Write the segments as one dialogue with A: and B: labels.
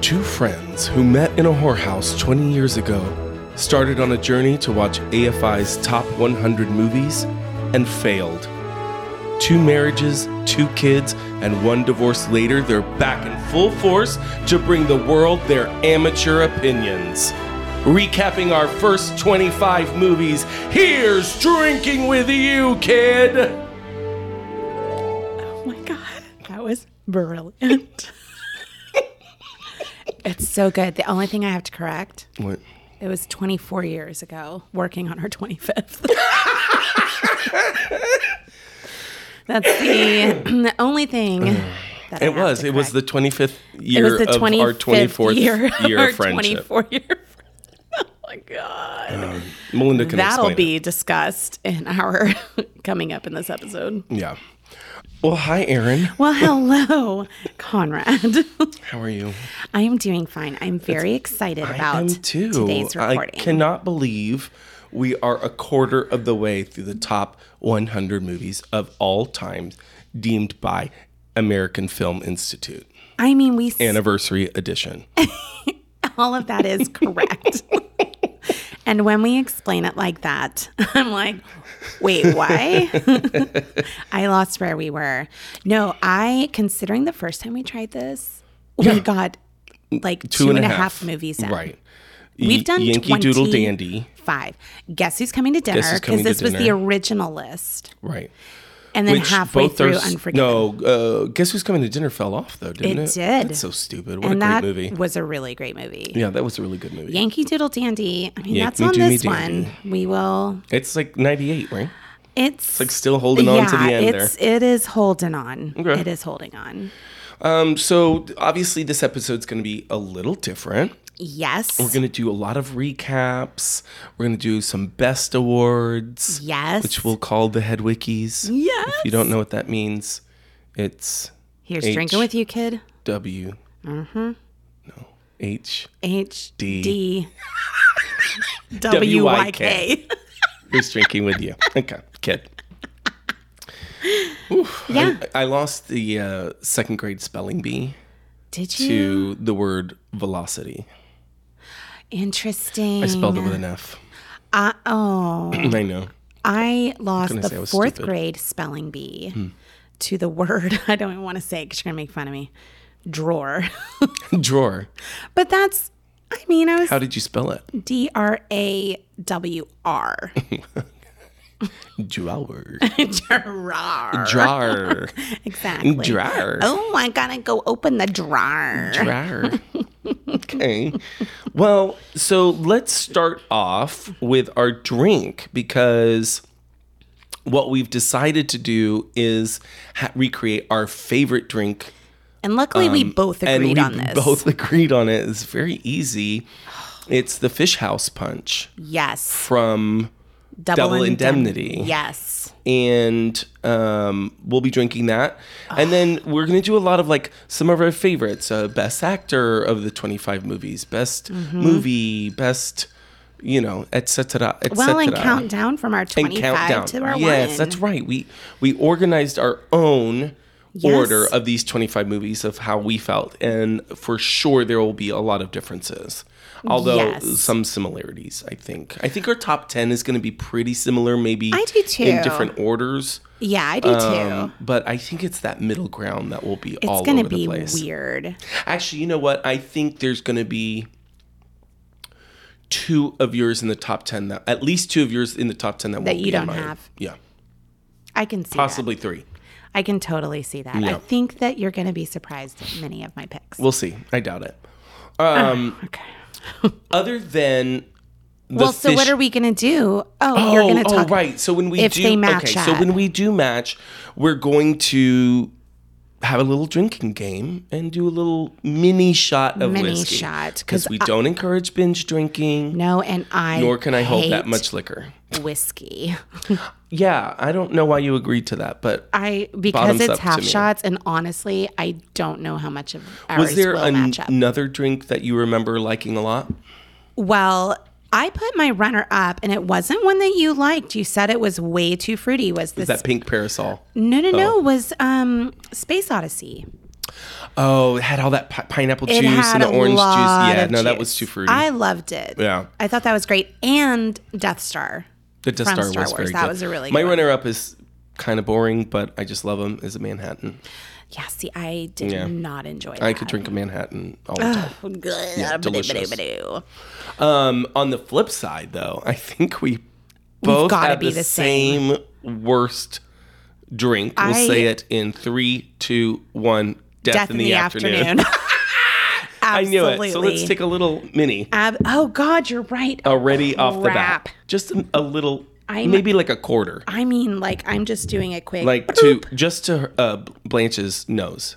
A: Two friends who met in a whorehouse 20 years ago started on a journey to watch AFI's top 100 movies and failed. Two marriages, two kids, and one divorce later, they're back in full force to bring the world their amateur opinions. Recapping our first 25 movies, here's Drinking with You, Kid!
B: Oh my god, that was brilliant. it's so good. The only thing I have to correct,
A: What?
B: it was 24 years ago working on her 25th. That's the, the only thing that I
A: It
B: have
A: was.
B: to
A: It was
B: correct.
A: the 25th
B: It
A: year
B: was the
A: of our 24th
B: 25th year,
A: year,
B: of our
A: of friendship.
B: 24 year. Oh my god.
A: Melinda can
B: That'll
A: explain it.
B: be discussed in our coming up in this episode.
A: Yeah. Well, hi, Aaron.
B: Well, hello, Conrad.
A: How are you?
B: I am doing fine. I'm very excited about
A: I am too.
B: today's
A: I
B: recording.
A: cannot believe we are a quarter of the way through the top 100 movies of all time deemed by American Film Institute
B: I mean, we s-
A: Anniversary Edition.
B: all of that is correct. and when we explain it like that, I'm like, wait, why? I lost where we were. No, I considering the first time we tried this, we got like two and a half movies in.
A: Right.
B: We've done
A: Yankee Doodle
B: 20
A: Dandy.
B: Five. Guess who's coming to dinner?
A: who's coming
B: Because
A: to
B: this was the
A: dinner.
B: original list,
A: Right.
B: and then halfway through,
A: s-
B: Unforgiven.
A: No, uh, guess who's coming to dinner fell off though, didn't it?
B: It did.
A: That's so stupid. What
B: and
A: a great
B: that
A: movie.
B: was a really great movie.
A: Yeah, that was a really good movie.
B: Yankee Doodle Dandy. I mean,
A: Yank
B: that's
A: me,
B: on
A: do me
B: this
A: dandy.
B: one. We will.
A: It's like 98, right?
B: It's,
A: Like still holding on to the end there.
B: it's it is holding on.
A: Okay.
B: It is holding on.
A: Um, so obviously this episode's going to be a little different.
B: Yes.
A: We're going to do a lot of recaps. We're going to do some best awards,
B: yes.
A: which we'll call the head wikis.
B: Yes.
A: If you don't know what that means, it's
B: Here's
A: H-
B: drinking with you, kid.
A: W. Mm-hmm. No. H.
B: H
A: D.
B: D W Y K.
A: Who's drinking with you? Okay, kid.
B: Yeah.
A: I lost the uh, second grade spelling bee
B: Did
A: to
B: you?
A: the word velocity.
B: Interesting.
A: I spelled it with an F.
B: Uh, oh.
A: I know.
B: I lost
A: say I
B: the
A: was
B: fourth
A: stupid. Hmm.
B: grade spelling bee to the word. I don't even want to say because you're gonna make fun of me. Drawer.
A: Drawer.
B: but that's. I mean, I was
A: How did you spell it?
B: D R A W R.
A: Drawer.
B: Drawer.
A: Drawer.
B: Exactly.
A: Drawer.
B: Oh, I gotta go open the drawer.
A: Drawer. Okay. Well, so let's start off with our drink because what we've decided to do is ha- recreate our favorite drink
B: And luckily, we both
A: Um, and
B: agreed
A: we
B: on this.
A: both agreed on it. It's very easy. It's the Fish House Punch
B: Yes.
A: from, Double Indemnity.
B: Yes.
A: and um, we'll be drinking that. And then we're gonna do a lot of like some of our favorites: uh, best actor of the twenty-five movies, best
B: Mm-hmm.
A: movie, best, you know, etc. etc.
B: Well, and countdown from our 25 to our
A: yes,
B: one.
A: that's right. We we organized our own
B: Yes.
A: order of these 25 movies of how we felt and for sure there will be a lot of differences. Although
B: Yes.
A: some similarities, I think. I think our top 10 is going to be pretty similar maybe
B: I do
A: in
B: too.
A: different orders.
B: Yeah, I do
A: Um,
B: too.
A: but I think it's that middle ground that will be all
B: It's gonna
A: over the
B: be
A: place.
B: weird.
A: Actually, you know what? I think there's going to be two of yours in the top 10 that at least two of yours in the top 10 that, won't
B: you
A: be in
B: don't
A: mine.
B: have.
A: Yeah.
B: I can see
A: Possibly 3.
B: that. I can totally see that.
A: Yeah.
B: I think that you're gonna be surprised at many of my picks.
A: We'll see. I doubt it.
B: okay.
A: Other than the
B: Well, so what
A: fish-
B: are we gonna do? Oh, you're gonna
A: oh,
B: talk.
A: right. So when we
B: if
A: do
B: they match
A: okay, so
B: up.
A: when we do match, we're going to have a little drinking game and do a little mini shot of
B: Mini
A: whiskey.
B: shot, 'cause
A: because we don't encourage binge drinking,
B: No, and I.
A: nor can I hold that
B: hate
A: much liquor.
B: whiskey.
A: Yeah, I don't know why you agreed to that, but
B: I because
A: Bottoms up
B: it's
A: to
B: half
A: me.
B: shots, and honestly, I don't know how much of ours
A: was there
B: will
A: an-
B: match up.
A: another drink that you remember liking a lot?
B: Well, I put my runner up, and it wasn't one that you liked. You said it was way too fruity. Was this
A: That pink parasol.
B: no, no, no? Was um Space Odyssey?
A: Oh, it had all that pi- pineapple
B: It
A: juice and
B: had
A: the
B: a
A: orange juice.
B: lot
A: Yeah,
B: of
A: no, that
B: juice.
A: was too fruity.
B: I loved it.
A: Yeah.
B: I thought that was great. And Death Star.
A: the Death
B: from
A: Star,
B: Star
A: was
B: Wars,
A: very
B: that
A: good.
B: was a really
A: My
B: good one.
A: runner-up is kind of boring, but I just love him. Is a Manhattan.
B: Yeah, see, I did
A: Yeah.
B: not enjoy that.
A: I could drink a Manhattan all the time. Yeah, delicious.
B: Ba-do-ba-do-ba-do.
A: Um, on the flip side, though, I think we both
B: gotta
A: had
B: be
A: the,
B: the
A: same.
B: same.
A: worst drink. We'll
B: I-
A: say it in three, two, one. Death,
B: Death in the, afternoon.
A: I
B: Absolutely.
A: knew it. So let's take a little mini.
B: Ab- oh God, you're right.
A: already off the
B: Crap.
A: bat. Just a, a little,
B: I'm-
A: maybe like a quarter,
B: I mean, like I'm just doing a quick.
A: like to just to uh, Blanche's nose.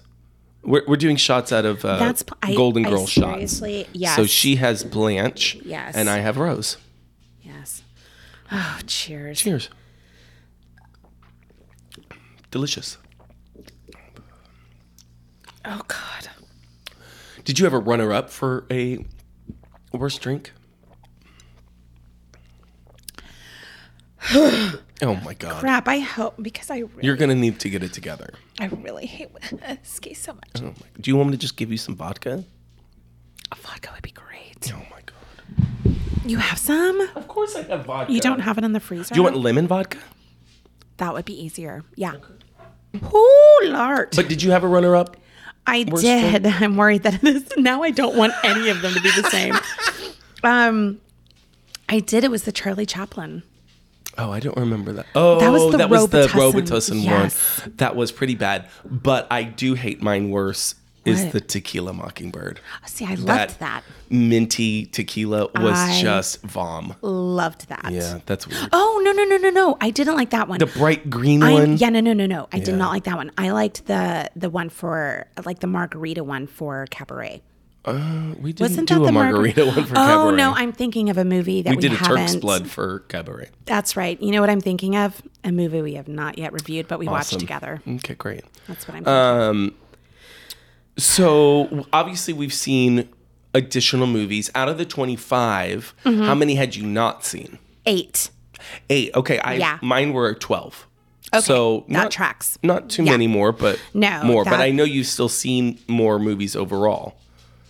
A: We're, we're doing shots out of uh,
B: That's pl- I-
A: Golden
B: I
A: Girl shots.
B: seriously- yes.
A: So she has Blanche.
B: Yes.
A: And I have Rose.
B: yes. Oh, cheers.
A: Cheers. Delicious.
B: Oh God.
A: Did you have a runner up for a worst drink? oh my God.
B: Crap. I hope because I re-
A: You're going to need to get it together.
B: I really hate whiskey so much.
A: Oh my, do you want me to just give you some vodka?
B: A vodka would be great.
A: Oh my god.
B: You have some?
A: Of course I have vodka.
B: You don't have it in the freezer?
A: Do you want lemon vodka?
B: that would be easier. Yeah. Oh, lard.
A: But did you have a runner up?
B: I did. I'm worried that it is. Now I don't want any of them to be the same. um, I did. It was the Charlie Chaplin.
A: Oh, I don't remember that. Oh,
B: That was the
A: that was the
B: Robitussin.
A: Robitussin
B: Yes.
A: one. That was pretty bad. But I do hate mine worse is
B: What?
A: the tequila mockingbird.
B: See, I loved that.
A: Minty tequila was
B: I-
A: just vom.
B: Loved that.
A: Yeah, that's weird.
B: Oh no no no no no! I didn't like that one.
A: The bright green
B: I'm,
A: one.
B: yeah no no no no! I
A: Yeah.
B: did not like that one. I liked the the one for like the margarita one for cabaret.
A: we didn't
B: Wasn't
A: do
B: that
A: a
B: the
A: margarita
B: margarita
A: one for
B: oh,
A: cabaret.
B: no, I'm thinking of a movie that
A: we
B: we,
A: did a
B: haven't.
A: Turk's blood for cabaret.
B: That's right. You know what I'm thinking of? A movie we have not yet reviewed, but we
A: Awesome.
B: watched together.
A: Okay, great.
B: That's what I'm.
A: Um, so obviously we've seen additional movies out of the 25
B: Mm-hmm.
A: how many had you not seen
B: Eight.
A: eight okay i
B: Yeah.
A: mine were 12 okay, so
B: that tracks.
A: not too
B: Yeah.
A: many more but
B: No,
A: more but
B: that-
A: i know you've still seen more movies overall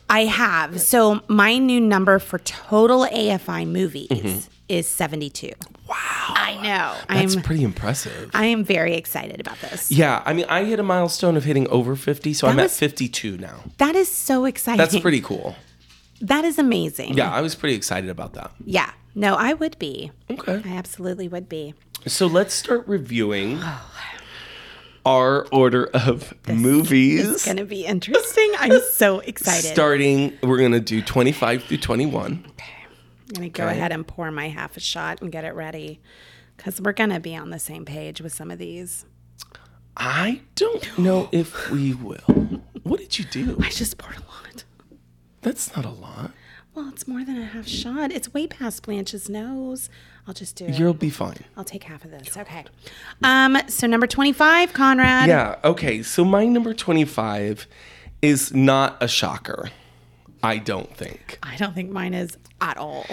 B: I have. So my new number for total AFI movies is 72. Wow. I know.
A: Mm-hmm. that's
B: I'm
A: pretty impressive
B: I am very excited about this.
A: yeah i mean i hit a milestone of hitting over 50 so i'm at
B: was-
A: 52 now
B: That is so exciting.
A: that's pretty cool
B: That is amazing.
A: yeah i was pretty excited about that
B: Yeah. No, I would be.
A: okay
B: I absolutely would be.
A: So let's start reviewing
B: Oh.
A: our order of movies.
B: It's going to be interesting. I'm so excited.
A: Starting, we're going to do 25 through 21.
B: I'm going to go ahead and pour my half a shot and get it ready cuz we're going to be on the same page with some of these.
A: I don't know if we will. What did you do?
B: I just poured a lot.
A: That's not a lot.
B: Well, it's more than a half shot. It's way past Blanche's nose. I'll just do it.
A: You'll be fine.
B: I'll take half of this. Okay. Um, so number 25, Conrad.
A: Yeah. Okay. So my number 25 is not a shocker. I don't think.
B: I don't think mine is at all.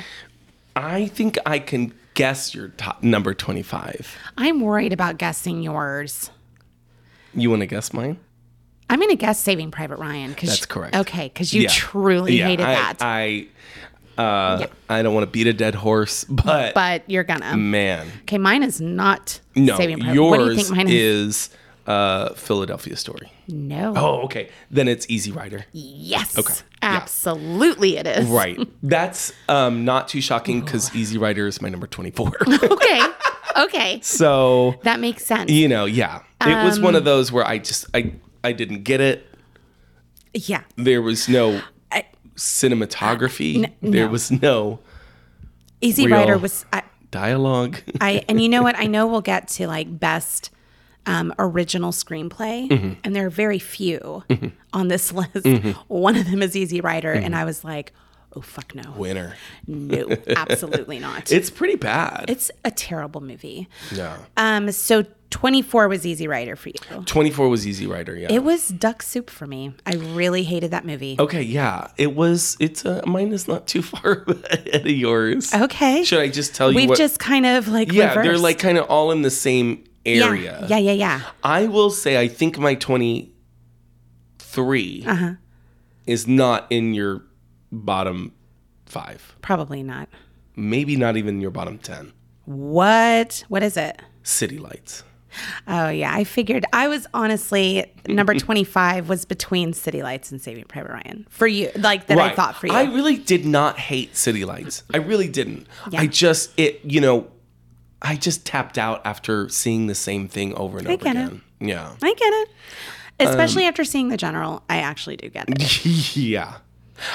A: I think I can guess your top number 25.
B: I'm worried about guessing yours.
A: You want to guess mine?
B: I'm going to guess Saving Private Ryan. Cause
A: That's
B: you-
A: correct.
B: Okay, because you
A: Yeah.
B: truly
A: Yeah,
B: hated
A: I,
B: that.
A: I, uh,
B: Yeah.
A: I don't want to beat a dead horse, but,
B: but you're going to.
A: man,
B: Okay, mine is not
A: Mm. no,
B: Saving Private
A: yours
B: What do you think mine is?
A: is uh, Philadelphia Story.
B: No.
A: Oh, okay, then it's Easy Rider.
B: Yes.
A: Okay. Yeah.
B: Absolutely it is.
A: Right, that's um, not too
B: Oh.
A: shocking because Easy Rider is my number twenty-four.
B: Okay. okay.
A: so
B: That makes sense.
A: you know, yeah, it was one
B: Um,
A: of those where I just I I didn't get it.
B: Yeah.
A: There was no
B: I-
A: cinematography. there
B: no.
A: was no
B: Easy
A: Real.
B: Rider was. I,
A: dialogue.
B: I and you know what? I know we'll get to like best um, original screenplay,
A: Mm-hmm.
B: and there are very few on this list. One of them is Easy Rider,
A: Mm-hmm.
B: and I was like, oh fuck no,
A: Winner.
B: no, absolutely not.
A: It's pretty bad.
B: it's a terrible movie.
A: yeah.
B: Um, so twenty four was Easy Rider for you.
A: 24 was Easy Rider, yeah.
B: It was duck soup for me. I really hated that movie.
A: okay, yeah. It was, it's, uh, mine is not too far ahead of yours.
B: Okay,
A: Should I just tell you
B: we've
A: what?
B: just kind of like
A: yeah, they're
B: reversed.
A: like kind of all in the same
B: yeah,
A: area.
B: yeah, yeah, yeah.
A: I will say, I think my 23 3
B: Uh-huh.
A: is not in your bottom five,
B: Probably not.
A: maybe not even your bottom 10.
B: What? What is it?
A: City lights.
B: Oh yeah, I figured. I was honestly number twenty-five was between City Lights and Saving Private Ryan for you. Like that, I thought for you.
A: I really did not hate City Lights. I really didn't. I just it you know, I just tapped out after seeing the same thing over and over
B: get it.
A: again. Yeah.
B: I get it. Especially
A: Um,
B: after seeing the general, I actually do get it.
A: yeah.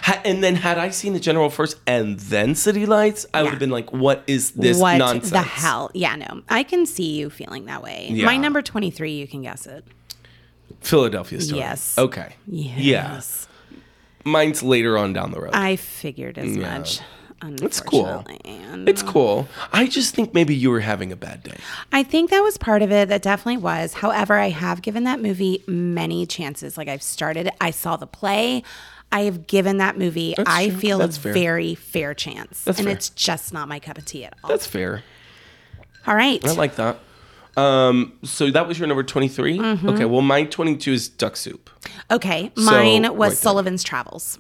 A: Ha- and then had I seen the general first and then City Lights, I would have been like, "What is this
B: what
A: nonsense?"
B: the hell? Yeah, no, I can see you feeling that way. My
A: Yeah.
B: number twenty-three, you can guess it.
A: Philadelphia story.
B: Yes.
A: Okay. Yeah. Mine's later on down the road.
B: I figured as much. It's
A: cool.
B: And
A: it's cool. I just think maybe you were having a bad day.
B: I think that was part of it. That definitely was. However, I have given that movie many chances. Like I've started, I saw the play. I have given that movie, I
A: true.
B: feel
A: That's
B: a
A: fair.
B: very fair chance.
A: That's
B: and
A: fair.
B: it's just not my cup of tea at all.
A: That's fair.
B: all right.
A: I like that. Um, so that was your number 23.
B: Mm-hmm.
A: Okay, well, my 22 is duck soup.
B: Okay, mine
A: right
B: was
A: there.
B: Sullivan's Travels.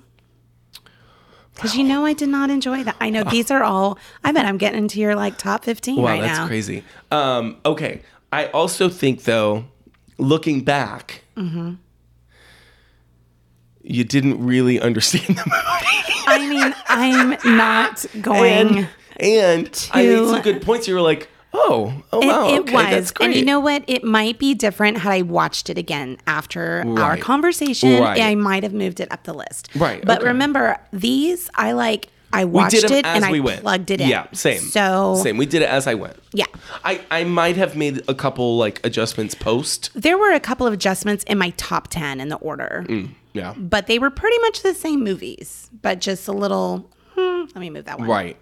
B: Because you know I did not enjoy that. I know these are all. I bet I'm getting into your like top fifteen
A: Ah. Wow,
B: right
A: that's
B: now.
A: crazy. Um, okay, I also think, though, looking back,
B: Mm-hmm.
A: you didn't really understand the movie.
B: I mean, I'm not going.
A: and and I made some
B: To-
A: good points. You were like, oh, oh,
B: It,
A: wow,
B: it
A: okay,
B: was,
A: that's great.
B: and you know what? It might be different had I watched it again after our
A: Right.
B: conversation.
A: Right.
B: I might have moved it up the list.
A: Right,
B: But
A: okay.
B: remember, these I like. I watched
A: we did 'em
B: it
A: as
B: and
A: we
B: I
A: went.
B: plugged it in.
A: Yeah, same.
B: So
A: same. We did it as I went.
B: yeah,
A: I, I might have made a couple like adjustments post.
B: there were a couple of adjustments in my top ten in the order.
A: Mm. Yeah.
B: but they were pretty much the same movies, but just a little. Hmm, let me move that one.
A: Right.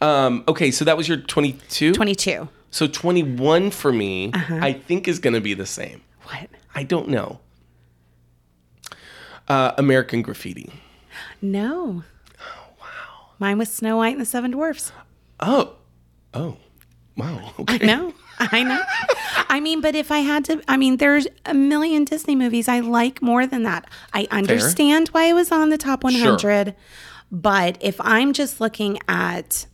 A: Um, okay, so that was your 22.
B: 22.
A: So 21 for me,
B: Uh-huh.
A: I think is going to be the same.
B: What?
A: I don't know. Uh, American Graffiti.
B: No. Oh, wow. Mine was Snow White and the Seven Dwarfs.
A: Oh. Oh. Wow. Okay.
B: No, I know. I mean, but if I had to, I mean, there's a million Disney movies I like more than that. I understand why it was on the top 100, but if I'm just looking at,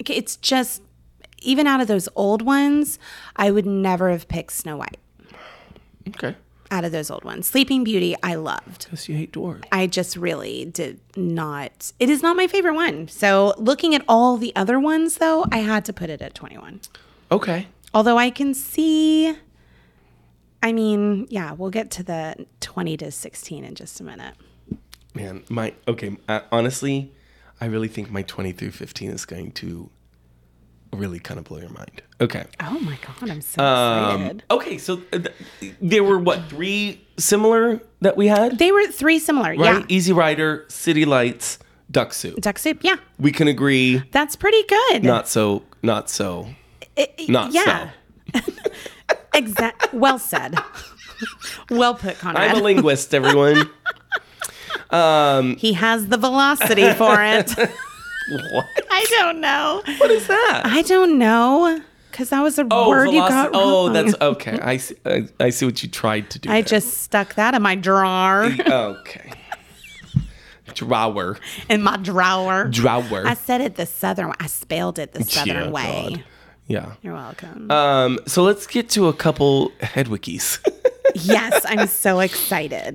B: okay, it's just, even out of those old ones, I would never have picked Snow White
A: Okay.
B: out of those old ones. Sleeping Beauty, I loved.
A: Because you hate dwarves.
B: I just really did not. It is not my favorite one. So, looking at all the other ones, though, I had to put it at 21.
A: Okay.
B: Although I can see, I mean, yeah, we'll get to the 20 to 16 in just a minute.
A: Man, my, okay, I, honestly, I really think my 20 through 15 is going to really kind of blow your mind. Okay.
B: Oh my God, I'm so
A: Um,
B: excited.
A: okay, so uh, th- there were what, three similar that we had?
B: They were three similar.
A: right? e-
B: Yeah.
A: Easy Rider, City Lights, Duck Soup.
B: Duck soup. Yeah.
A: We can agree.
B: That's pretty good.
A: Not so. Not so.
B: It- it-
A: Not
B: yeah.
A: so.
B: Exact. Well said. well put,
A: I'm a
B: Conrad.
A: linguist, everyone.
B: he has the velocity for it.
A: what?
B: I don't know.
A: What is that?
B: I don't know because that was a word you
A: veloci-
B: got wrong.
A: oh, that's okay. I see, I, I see what you tried to do.
B: I
A: there.
B: just stuck that in my drawer,
A: okay. Drawer,
B: in my drawer.
A: drawer.
B: I said it the southern way. I spelled it the southern
A: Dear
B: way.
A: God. Yeah.
B: You're welcome.
A: Um. So let's get to a couple headwickies.
B: yes, I'm so excited.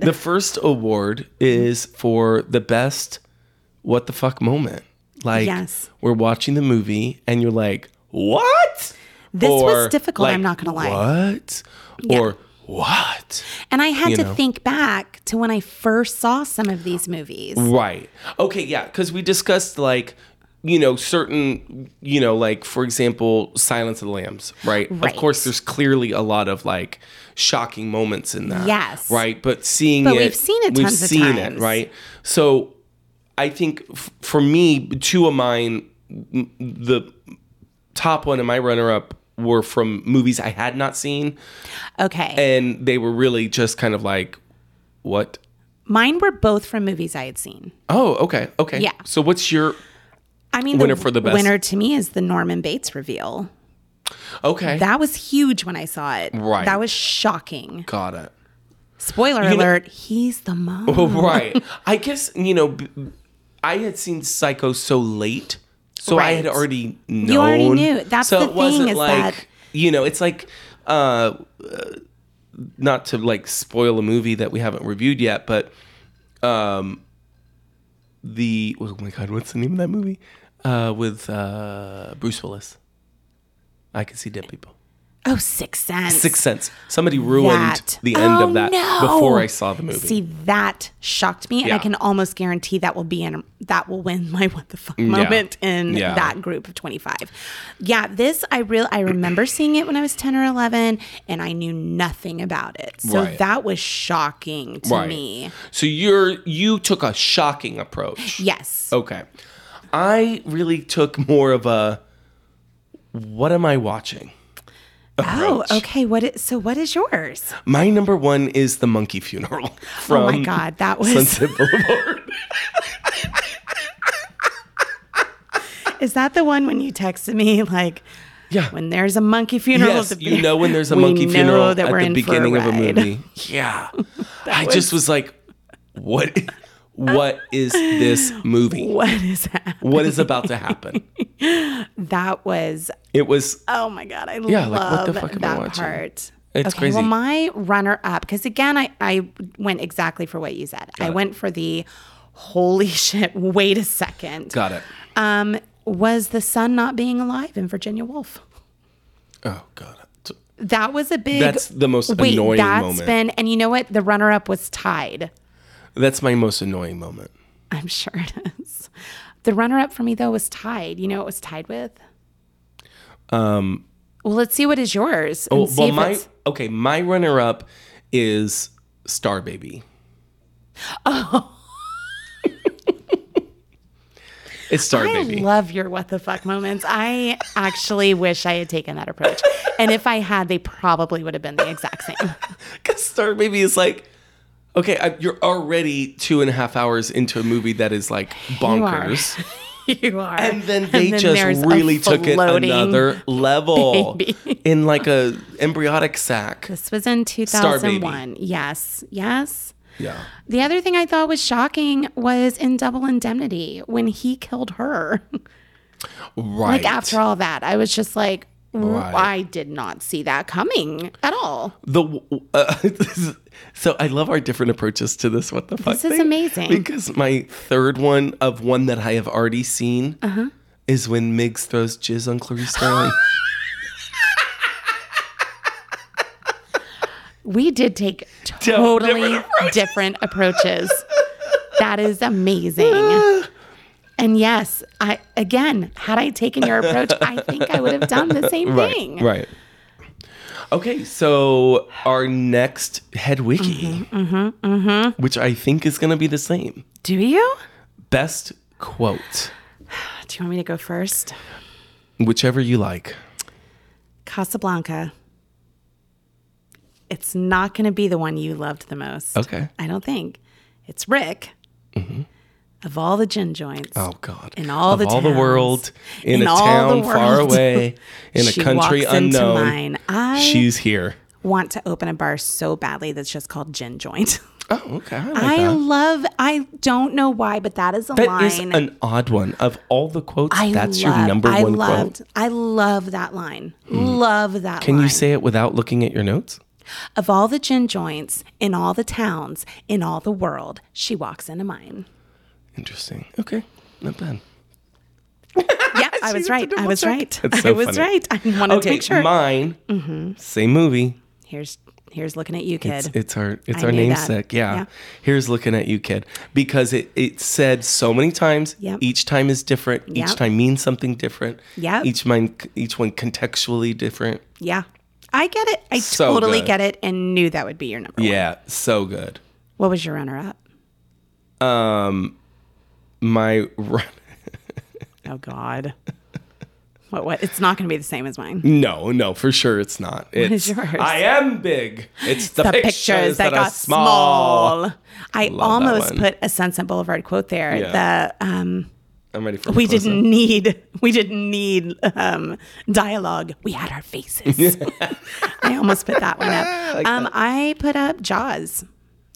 A: the first award is for the best what the fuck moment. Like
B: Yes.
A: we're watching the movie and you're like, "What?"
B: This was difficult, I'm not gonna lie.
A: What? Or what?
B: and I had to
A: know.
B: think back to when I first saw some of these movies.
A: Right. Okay, yeah, cuz we discussed like you know certain you know like for example Silence of the Lambs, right?
B: Right.
A: Of course there's clearly a lot of like shocking moments in that.
B: Yes.
A: Right? But seeing
B: But
A: it
B: we've seen it
A: we've
B: tons of
A: seen it,
B: times.
A: right? So I think f- for me two of mine m- the top one and my runner up were from movies I had not seen
B: Okay.
A: and they were really just kind of like what?
B: Mine were both from movies I had seen.
A: Oh, okay. Okay.
B: Yeah.
A: So what's your
B: I mean,
A: Winner for the best.
B: winner to me is the Norman Bates reveal.
A: Okay.
B: That was huge when I saw it.
A: Right.
B: That was shocking.
A: Got it.
B: Spoiler
A: You know-
B: alert, he's the mom.
A: Oh, right. I guess, you know, b- I had seen Psycho so late, so I had
B: Right.
A: already known.
B: already knew. That's
A: so
B: the
A: it wasn't
B: thing is
A: like,
B: that-
A: you know, it's like, uh, uh, not to like spoil a movie that we haven't reviewed yet, but um, the, oh my God, what's the name of that movie? Uh, with uh, Bruce Willis. I can see dead people.
B: Oh, Sixth Sense.
A: Sixth Sense. Somebody ruined
B: That.
A: the end
B: Oh,
A: of that
B: no.
A: before I saw the movie.
B: See, that shocked me, and
A: Yeah.
B: I can almost guarantee that will be in that will win my what the fuck moment in
A: Yeah.
B: that group of twenty five. Yeah, this I real I remember seeing it when I was ten or eleven, and I knew nothing about it, so
A: Right.
B: that was shocking to
A: Right.
B: me.
A: So you're you took a shocking approach.
B: Yes,
A: Okay. I really took more of a what am I watching?
B: Oh,
A: approach.
B: okay. What is so? What is yours?
A: My number one is the monkey funeral from
B: oh my god, that was
A: Sunset Boulevard.
B: is that the one when you texted me like
A: Yeah.
B: when there's a monkey funeral?
A: yes,
B: to be-
A: you know when there's a
B: We
A: monkey
B: know
A: funeral
B: that
A: at
B: we're
A: the
B: in for a
A: beginning of a
B: ride.
A: movie. Yeah. I just was like, what what is this movie?
B: What is that?
A: What is about to happen?
B: That was
A: It was
B: oh my god, I
A: Yeah,
B: love
A: like, what the fuck am I
B: that
A: watching?
B: part.
A: It's
B: okay,
A: crazy.
B: well, my runner up because again, I I went exactly for what you said. I went for the holy shit. Wait a second.
A: got it.
B: Um, was the sun not being alive in Virginia Woolf?
A: Oh god.
B: That was a big.
A: That's the most
B: Wait,
A: annoying
B: that's
A: moment.
B: been, and you know what? The runner-up was tied.
A: That's my most annoying moment.
B: I'm sure it is. The runner-up for me though was tied. You know what it was tied with? Um. Well, let's see what is yours.
A: Um,
B: and
A: Oh, Well,
B: see
A: well
B: if
A: my
B: it's-
A: okay, my runner up is Star Baby. Oh. it's Star
B: I
A: Baby.
B: love your what the fuck moments. I actually wish I had taken that approach, and if I had, they probably would have been the exact same.
A: Because Star Baby is like, okay, I, you're already two and a half hours into a movie that is like bonkers.
B: you are.
A: And then they
B: then there's
A: just
B: a
A: really took it
B: floating-
A: another level
B: baby.
A: in like a embryotic sack.
B: This was in
A: Star Baby.
B: 2001. Yes, yes.
A: Yeah.
B: The other thing I thought was shocking was in Double Indemnity when he killed her.
A: Right.
B: Like after all that, I was just like, w-
A: Right.
B: I did not see that coming at all.
A: the uh, so I love our different approaches to this. What the fuck?
B: This is
A: thing.
B: amazing.
A: Because my third one of one that I have already seen
B: Uh-huh.
A: is when Miggs throws jizz on Clarice Starling.
B: We did take totally different, approaches. that is amazing. And yes, I again, had I taken your approach, I think I would have done the same thing.
A: right. Okay, so our next head wiki,
B: Mm-hmm,
A: which I think is going to be the same.
B: Do you?
A: Best quote,
B: Do you want me to go first?
A: whichever you like.
B: Casablanca. It's not going to be the one you loved the most.
A: Okay. Mm-hmm.
B: I don't think. It's Rick. Of all the gin joints,
A: Oh God!
B: In all
A: Of
B: the
A: all the
B: towns.
A: world, in,
B: In
A: a
B: all the
A: town far
B: world.
A: away, in a
B: She
A: country
B: walks into
A: unknown,
B: mine. I-
A: she's here.
B: want to open a bar so badly that's just called gin joint.
A: Oh, okay. I like
B: I
A: that.
B: love. I don't know why, but that is a
A: That
B: line.
A: is an odd one. Of all the quotes,
B: I
A: that's
B: love-
A: your number
B: I
A: one
B: loved,
A: quote. Hmm.
B: I love that line. Love that
A: Can
B: line.
A: you say it without looking at your notes?
B: of all the gin joints in all the towns in all the world, she walks into mine.
A: Interesting. Okay, not bad.
B: Yeah, I was right. I was right.
A: That's so
B: I was
A: funny.
B: right. I wanted to
A: Okay,
B: make sure.
A: mine. Same movie.
B: here's here's looking at you, Mm-hmm. kid.
A: It's, it's our it's
B: I
A: our
B: knew that.
A: namesake. Yeah.
B: Yeah.
A: Here's looking at you, kid, because it it said so many times.
B: Yep.
A: Each time is different. Each
B: Yep.
A: time means something different.
B: Yep.
A: Each mine each one contextually different.
B: yeah, I get it. I
A: So
B: totally
A: good.
B: get it, and knew that would be your number. one.
A: Yeah. So good.
B: What was your runner up?
A: My run.
B: Oh God. What, what? It's not going to be the same as mine.
A: No, no, for sure it's not. It's
B: is yours?
A: I am big. It's the, pictures, that, are small.
B: small. I
A: that
B: almost
A: one.
B: put a Sunset Boulevard quote there.
A: Yeah.
B: The um,
A: I'm ready for a
B: we
A: close-up.
B: didn't need we didn't need um, dialogue. We had our faces. I almost put that one up. um, I put up Jaws.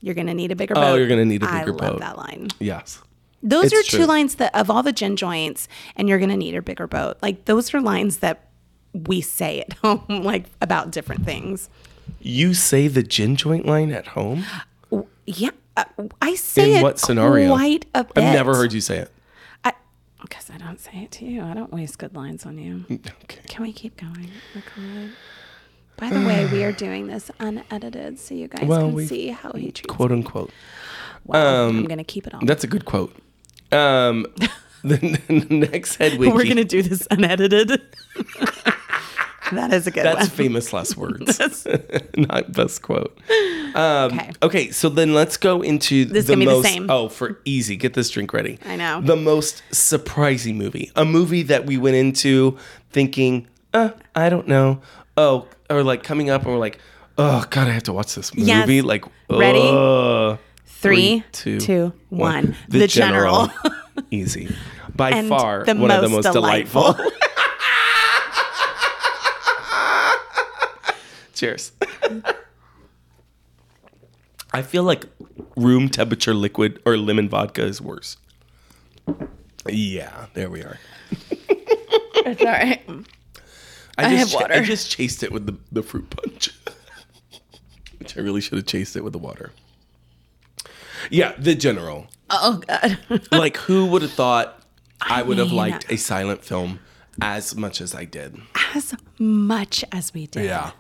B: You're gonna need a bigger boat.
A: Oh, you're gonna need a bigger
B: I love
A: boat.
B: that line.
A: Yes.
B: Those
A: It's
B: are two
A: true.
B: lines that of all the gin joints, and you're gonna need a bigger boat. Like those are lines that we say at home, like about different things.
A: You say the gin joint line at home?
B: Yeah, uh, I say
A: In
B: it
A: what scenario?
B: quite a bit.
A: I've never heard you say it.
B: Because I don't say it to you. I don't waste good lines on you.
A: Okay.
B: Can we keep going? Nicole? By the way, we are doing this unedited, so you guys
A: Well,
B: can
A: we-
B: see how he treats.
A: Quote unquote.
B: Wow, I'm gonna keep it all.
A: That's a good quote. Um, the, the next headway.
B: We're gonna do this unedited. that is a good
A: That's
B: one.
A: famous last words,
B: That's-
A: not best quote. Um,
B: okay.
A: Okay, so then let's go into
B: This is
A: the
B: gonna be the
A: most.
B: same.
A: Oh, for easy, get this drink ready.
B: I know.
A: the most surprising movie, a movie that we went into thinking, uh, I don't know. Oh, or like coming up and we're like, oh god, I have to watch this movie.
B: Yes.
A: Like,
B: Ready?
A: uh,
B: Three,
A: two,
B: two, one.
A: one.
B: The, general.
A: easy, by
B: And
A: far
B: the
A: one of the
B: most
A: most delightful. Cheers. I feel like room temperature liquid or lemon vodka is worse. Yeah, there we are.
B: it's all right.
A: I,
B: have
A: just, I
B: water.
A: just chased it with the, the fruit punch, which I really should have chased it with the water. Yeah, the general.
B: Oh god.
A: like who would have thought I, would have
B: mean- uh,
A: liked a silent film as much as I did?
B: As much as we did.
A: Yeah.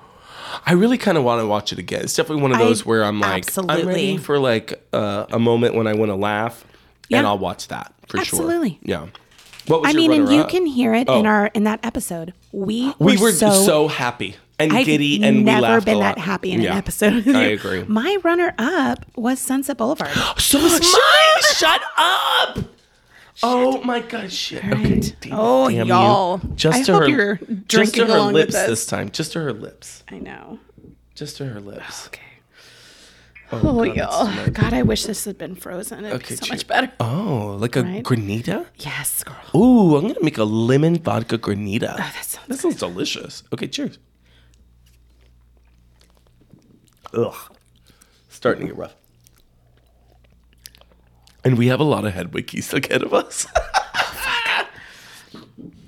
A: I really kind of want to watch it again. It's definitely one of
B: I-
A: those where I'm like, I'm ready
B: absolutely.
A: for like uh, a moment when I want to laugh, and
B: Yeah.
A: I'll watch that for
B: Absolutely.
A: sure. Yeah. What was
B: I
A: your
B: mean, and you
A: runner-up?
B: can hear it
A: Oh.
B: in our in that episode. We
A: We were so,
B: so,
A: happy and
B: I've
A: giddy, and we
B: never
A: laughed
B: been
A: a
B: that
A: lot.
B: happy in
A: Yeah.
B: an episode. with
A: I
B: you.
A: agree.
B: My runner up was Sunset Boulevard.
A: So was mine. Shut up. Oh my god, shit. Okay.
B: Right.
A: damn-
B: Oh,
A: damn you.
B: y'all.
A: Just
B: I
A: to
B: hope
A: her,
B: you're
A: just to
B: drinking
A: her
B: along with
A: lips
B: us.
A: this time. Just to her lips.
B: I know.
A: Just to her lips.
B: Okay. Oh,
A: God, that's too
B: y'all. God, I wish this had been frozen. It'd
A: Okay,
B: be so
A: cheers.
B: much better.
A: Oh, like a granita?
B: Yes, girl.
A: Ooh, I'm gonna make a lemon vodka granita.
B: Oh, That sounds
A: That sounds delicious. Okay, cheers. Ugh. Starting to get rough. And we have a lot of head wikis ahead of us.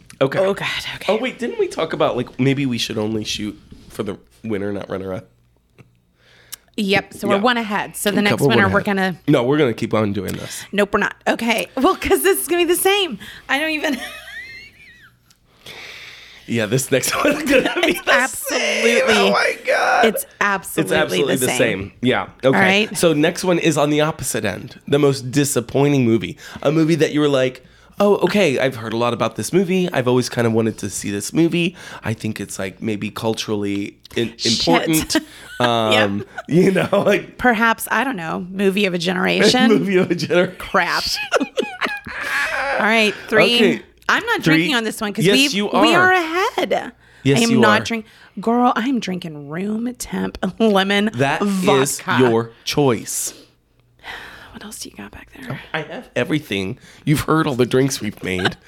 A: okay.
B: Oh God. Okay.
A: Oh wait, didn't we talk about like maybe we should only shoot for the winner, not runner up?
B: Yep. So we're
A: Yeah.
B: one ahead. So the next
A: Couple
B: winner,
A: one
B: we're
A: ahead.
B: gonna.
A: No, we're gonna keep on doing this.
B: Nope, we're not. Okay. Well, because this is gonna be the same. I don't even.
A: Yeah, this next one's gonna be the
B: absolutely.
A: Same. Oh my god.
B: It's absolutely.
A: It's absolutely the, same. Yeah. Okay.
B: right.
A: So next one is on the opposite end. The most disappointing movie. A movie that you were like, "Oh, okay, I've heard a lot about this movie. I've always kind of wanted to see this movie. I think it's like maybe culturally in- important. Um, you know, like
B: Perhaps I don't know. Movie of a generation.
A: movie of a generation.
B: Crap. All right. Three.
A: Okay.
B: I'm not
A: Three.
B: drinking on this one because
A: Yes,
B: we
A: you
B: we
A: are.
B: are ahead.
A: Yes,
B: I am
A: you
B: not
A: are.
B: drink. Girl, I'm drinking room temp lemon
A: That is
B: vodka.
A: your choice.
B: What else do you got back there?
A: I have everything. You've heard all the drinks we've made.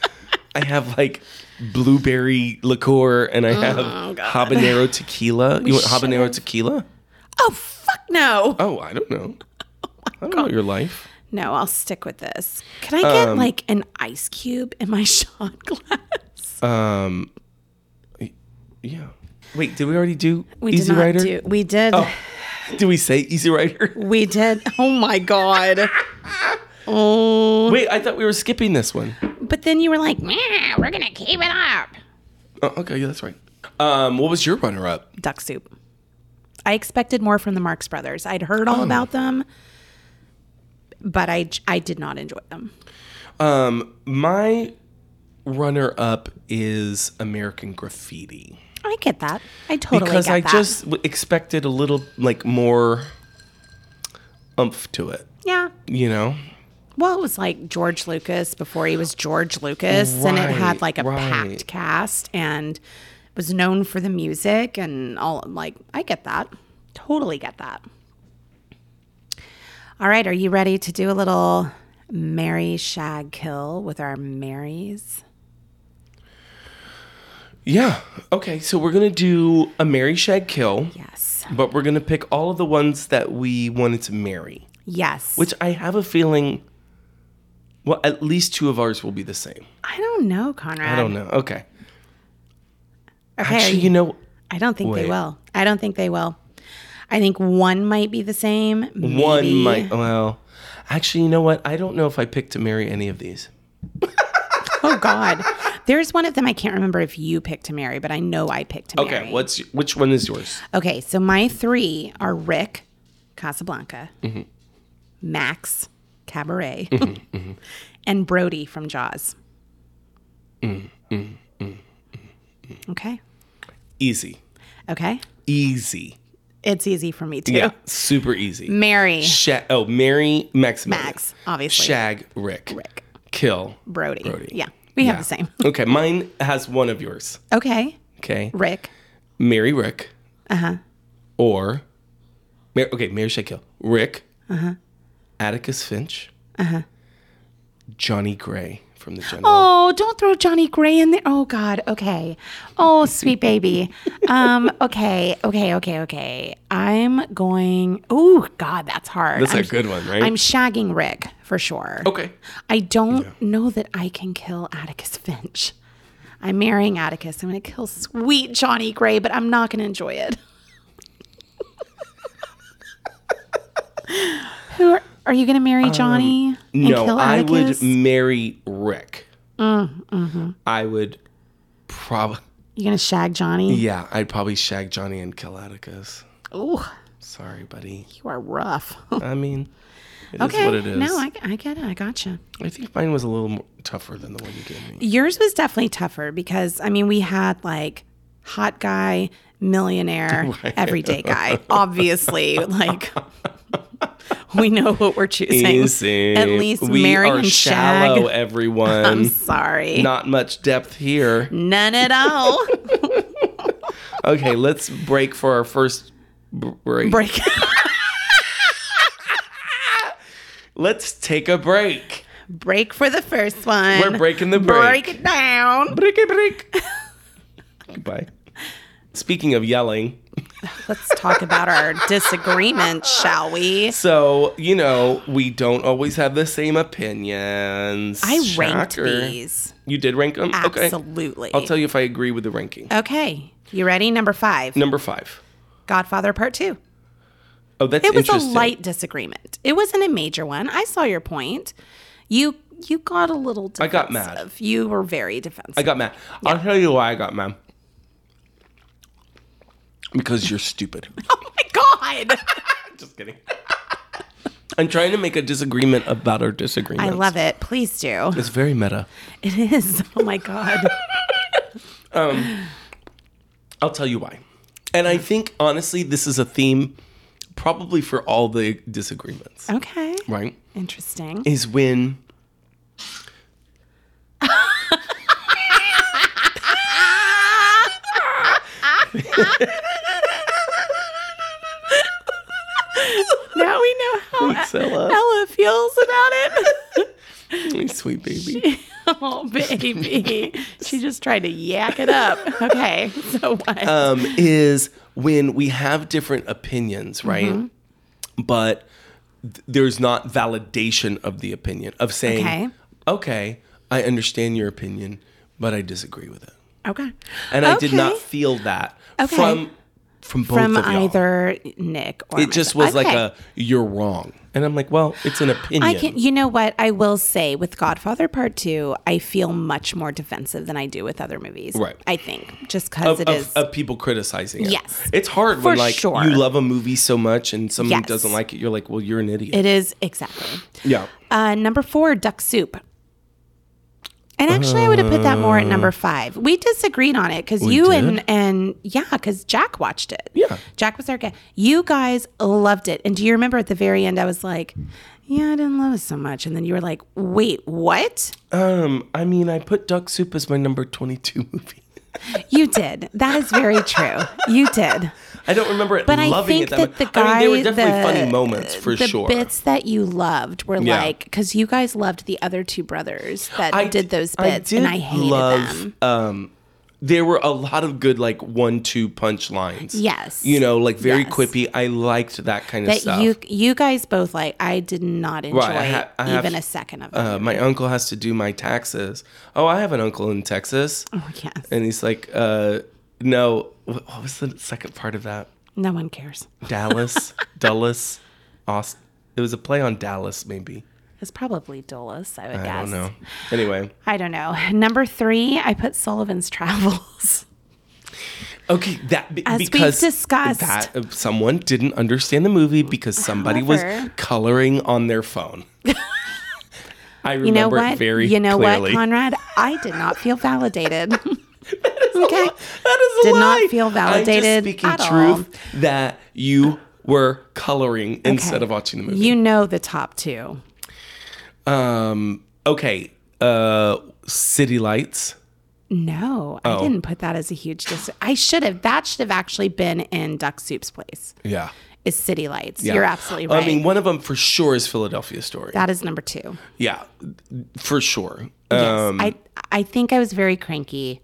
A: I have like blueberry liqueur and I have habanero tequila. you want habanero tequila?
B: Oh fuck no.
A: Oh, I don't know. I don't know your life.
B: No, I'll stick with this. Can I get
A: Um,
B: like an ice cube in my shot glass?
A: Um, y- yeah. Wait, did we already do
B: We
A: Easy
B: did not
A: Rider? Oh.
B: do. We did.
A: Did we say Easy Rider?
B: We did. Oh my god. Oh.
A: Wait, I thought we were skipping this one.
B: But then you were like, "Nah, we're gonna keep it up."
A: Oh, okay, yeah, that's right. Um, what was your runner-up?
B: Duck soup. I expected more from the Marx Brothers. I'd heard
A: Oh.
B: all about them, but I I did not enjoy them.
A: Um, my runner-up is American Graffiti.
B: I get that. I totally
A: because
B: get
A: I
B: that.
A: just w- expected a little like more umph to it,
B: yeah.
A: you know.
B: Well, it was like George Lucas before he was George Lucas, and it
A: Right,
B: had like a
A: right.
B: packed cast and was known for the music and all. Like, I get that. Totally get that. All right, are you ready to do a little Mary Shag Kill with our Marys?
A: Yeah. Okay, so we're gonna do a Mary Shag Kill
B: Yes.
A: But we're going to pick all of the ones that we wanted to marry,
B: Yes.
A: which I have a feeling, well, at least two of ours will be the same.
B: I don't know, Conrad.
A: I don't know. Okay.
B: Okay.
A: Actually, you know,
B: I don't think
A: Wait.
B: they will. I don't think they will. I think one might be the same.
A: one
B: maybe.
A: might, well, actually, you know what? I don't know if I picked to marry any of these.
B: Oh God. There's one of them I can't remember if you picked to marry, but I know I picked to
A: Okay.
B: marry.
A: What's, which one is yours?
B: Okay, so my three are Rick, Casablanca,
A: Mm-hmm.
B: Max, Cabaret,
A: mm-hmm.
B: and Brody from Jaws.
A: Mm,
B: Okay,
A: Easy.
B: okay.
A: Easy.
B: It's easy for me too.
A: Yeah. Super easy.
B: Mary,
A: Sha- oh, marry Maximilian.
B: Max, obviously.
A: Shag Rick.
B: Rick,
A: Kill.
B: Brody.
A: Brody.
B: Yeah, we have
A: Yeah.
B: the same.
A: okay, mine has one of yours.
B: Okay,
A: Okay.
B: Rick. Uh-huh.
A: Marry Rick. Uh huh. Or, mar- okay, marry Shag Kill. Rick. Uh
B: Uh-huh.
A: huh. Atticus Finch. Uh huh. Johnny Gray from the General.
B: Oh, don't throw Johnny Gray in there. Oh God. Okay. Oh, sweet baby. Um. Okay. Okay. Okay. Okay. I'm going. Oh God, that's hard.
A: That's a
B: I'm-
A: good one, right?
B: I'm shagging Rick for sure.
A: okay.
B: I don't know that I can kill Atticus Finch. I'm marrying Atticus. I'm going to kill sweet Johnny Gray, but I'm not going to enjoy it. Who are, are you going to marry Johnny and
A: Um, No,
B: kill
A: I
B: Atticus? Mm, mm-hmm.
A: would marry Rick. I would probably,
B: you going to shag Johnny?
A: yeah, I'd probably shag Johnny and kill Atticus.
B: Oh,
A: Sorry, buddy.
B: you are rough.
A: I mean, it is
B: okay.
A: what it is.
B: No, I, I get it. I gotcha.
A: I think mine was a little more tougher than the one you gave me.
B: Yours was definitely tougher because I mean we had like hot guy, millionaire, everyday guy. Obviously, like we know what we're choosing. At least
A: we
B: marry
A: are
B: and shag.
A: shallow,
B: I'm
A: everyone.
B: sorry.
A: Not much depth here.
B: None at all.
A: Okay, let's break for our first b- break.
B: Break.
A: Let's take a break.
B: break for the first one.
A: We're breaking the break.
B: Break it down.
A: Break it, break. Goodbye. Speaking of yelling,
B: Let's talk about our disagreement, shall we?
A: so you know we don't always have the same opinions.
B: I ranked
A: Shocker.
B: these.
A: You did rank them. Okay.
B: Absolutely.
A: I'll tell you if I agree with the ranking.
B: okay. You ready? Number five.
A: Number five.
B: Godfather Part Two.
A: Oh, that's
B: It was a
A: interesting.
B: light disagreement. It wasn't a major one. I saw your point. You you got a little
A: I
B: defensive.
A: got mad.
B: You were very defensive.
A: I got mad. I'll tell you why I got mad. Because you're stupid.
B: oh my god.
A: Just kidding. I'm trying to make a disagreement about our disagreement.
B: I love it. Please do.
A: It's very meta.
B: It is. Oh my god.
A: Um, I'll tell you why. And I think honestly, this is a theme probably for all the disagreements,
B: Okay.
A: right?
B: Interesting.
A: Is when
B: now we know how
A: Zilla,
B: Ella feels about it.
A: my sweet baby.
B: oh baby. she just tried to yak it up. Okay. So what?
A: Um, is when we have different opinions,
B: Mm-hmm.
A: right? But th- there's not validation of the opinion of saying,
B: Okay.
A: okay. I understand your opinion, but I disagree with it.
B: okay.
A: And I did not
B: Okay.
A: feel that
B: Okay.
A: from from both
B: from
A: of y'all.
B: either Nick or
A: It just was
B: myself.
A: like
B: Okay.
A: a you're wrong, and I'm like, well, it's an opinion.
B: I can. You know what? I will say with Godfather Part Two, I feel much more defensive than I do with other movies.
A: Right.
B: I think just
A: of,
B: because it is.
A: of, of people criticizing it.
B: Yes.
A: It's hard
B: For
A: when like
B: sure.
A: you love a movie so much and someone
B: Yes.
A: doesn't like it, you're like, well, you're an idiot.
B: it is exactly.
A: yeah.
B: Uh, number four, duck soup. And actually, I would have put that more at number five. We disagreed on it because you and and yeah, because Jack watched it.
A: Yeah.
B: Jack was our guy. You guys loved it, and do you remember at the very end? I was like, "Yeah, I didn't love it so much," and then you were like, "Wait, what?"
A: Um, I mean, I put Duck Soup as my number 22 movie.
B: You did. That is very true. You did.
A: I don't remember it
B: But I
A: loving
B: think
A: it that,
B: that,
A: much.
B: the guy,
A: I mean, there were definitely
B: the,
A: funny moments for
B: the
A: sure.
B: bits that you loved were
A: Yeah.
B: like because you guys loved the other two brothers that
A: I
B: did those
A: I
B: bits,
A: did
B: and I hated
A: love,
B: them.
A: Um, there were a lot of good like one two punch lines.
B: Yes.
A: You know, like very
B: Yes.
A: quippy. I liked that kind of
B: that
A: stuff.
B: you you guys both like. I did not enjoy
A: I ha- I have-
B: even a second of it.
A: uh, my uncle has to do my taxes. Oh, I have an uncle in Texas.
B: oh yes,
A: And he's like, uh, no, what, what was the second part of that?
B: no one cares.
A: Dallas, Dulles, Austin. It was a play on Dallas, maybe.
B: It's probably Dulles, I would guess.
A: I don't know. Anyway.
B: I don't know. Number three, I put Sullivan's Travels.
A: Okay, that be-
B: As we've
A: because
B: discussed.
A: that uh, someone didn't understand the movie because somebody was
B: However-
A: coloring on their phone. I remember
B: You know
A: it
B: what?
A: very
B: you know
A: clearly.
B: what, Conrad? I did not feel validated. okay.
A: that is a
B: Did not
A: lie.
B: feel
A: I'm just
B: validated
A: speaking
B: at
A: truth that you were coloring instead
B: Okay.
A: of watching the movie.
B: You know the top two.
A: um, okay, uh, City Lights.
B: No,
A: Oh.
B: I didn't put that as a huge dis. I should have. That should have actually been in Duck Soup's place.
A: Yeah.
B: Is City Lights?
A: Yeah.
B: You're absolutely right.
A: I mean, one of them for sure is Philadelphia Story.
B: that is number two.
A: yeah, for sure.
B: Yes,
A: Um, Mm.
B: I I think I was very cranky.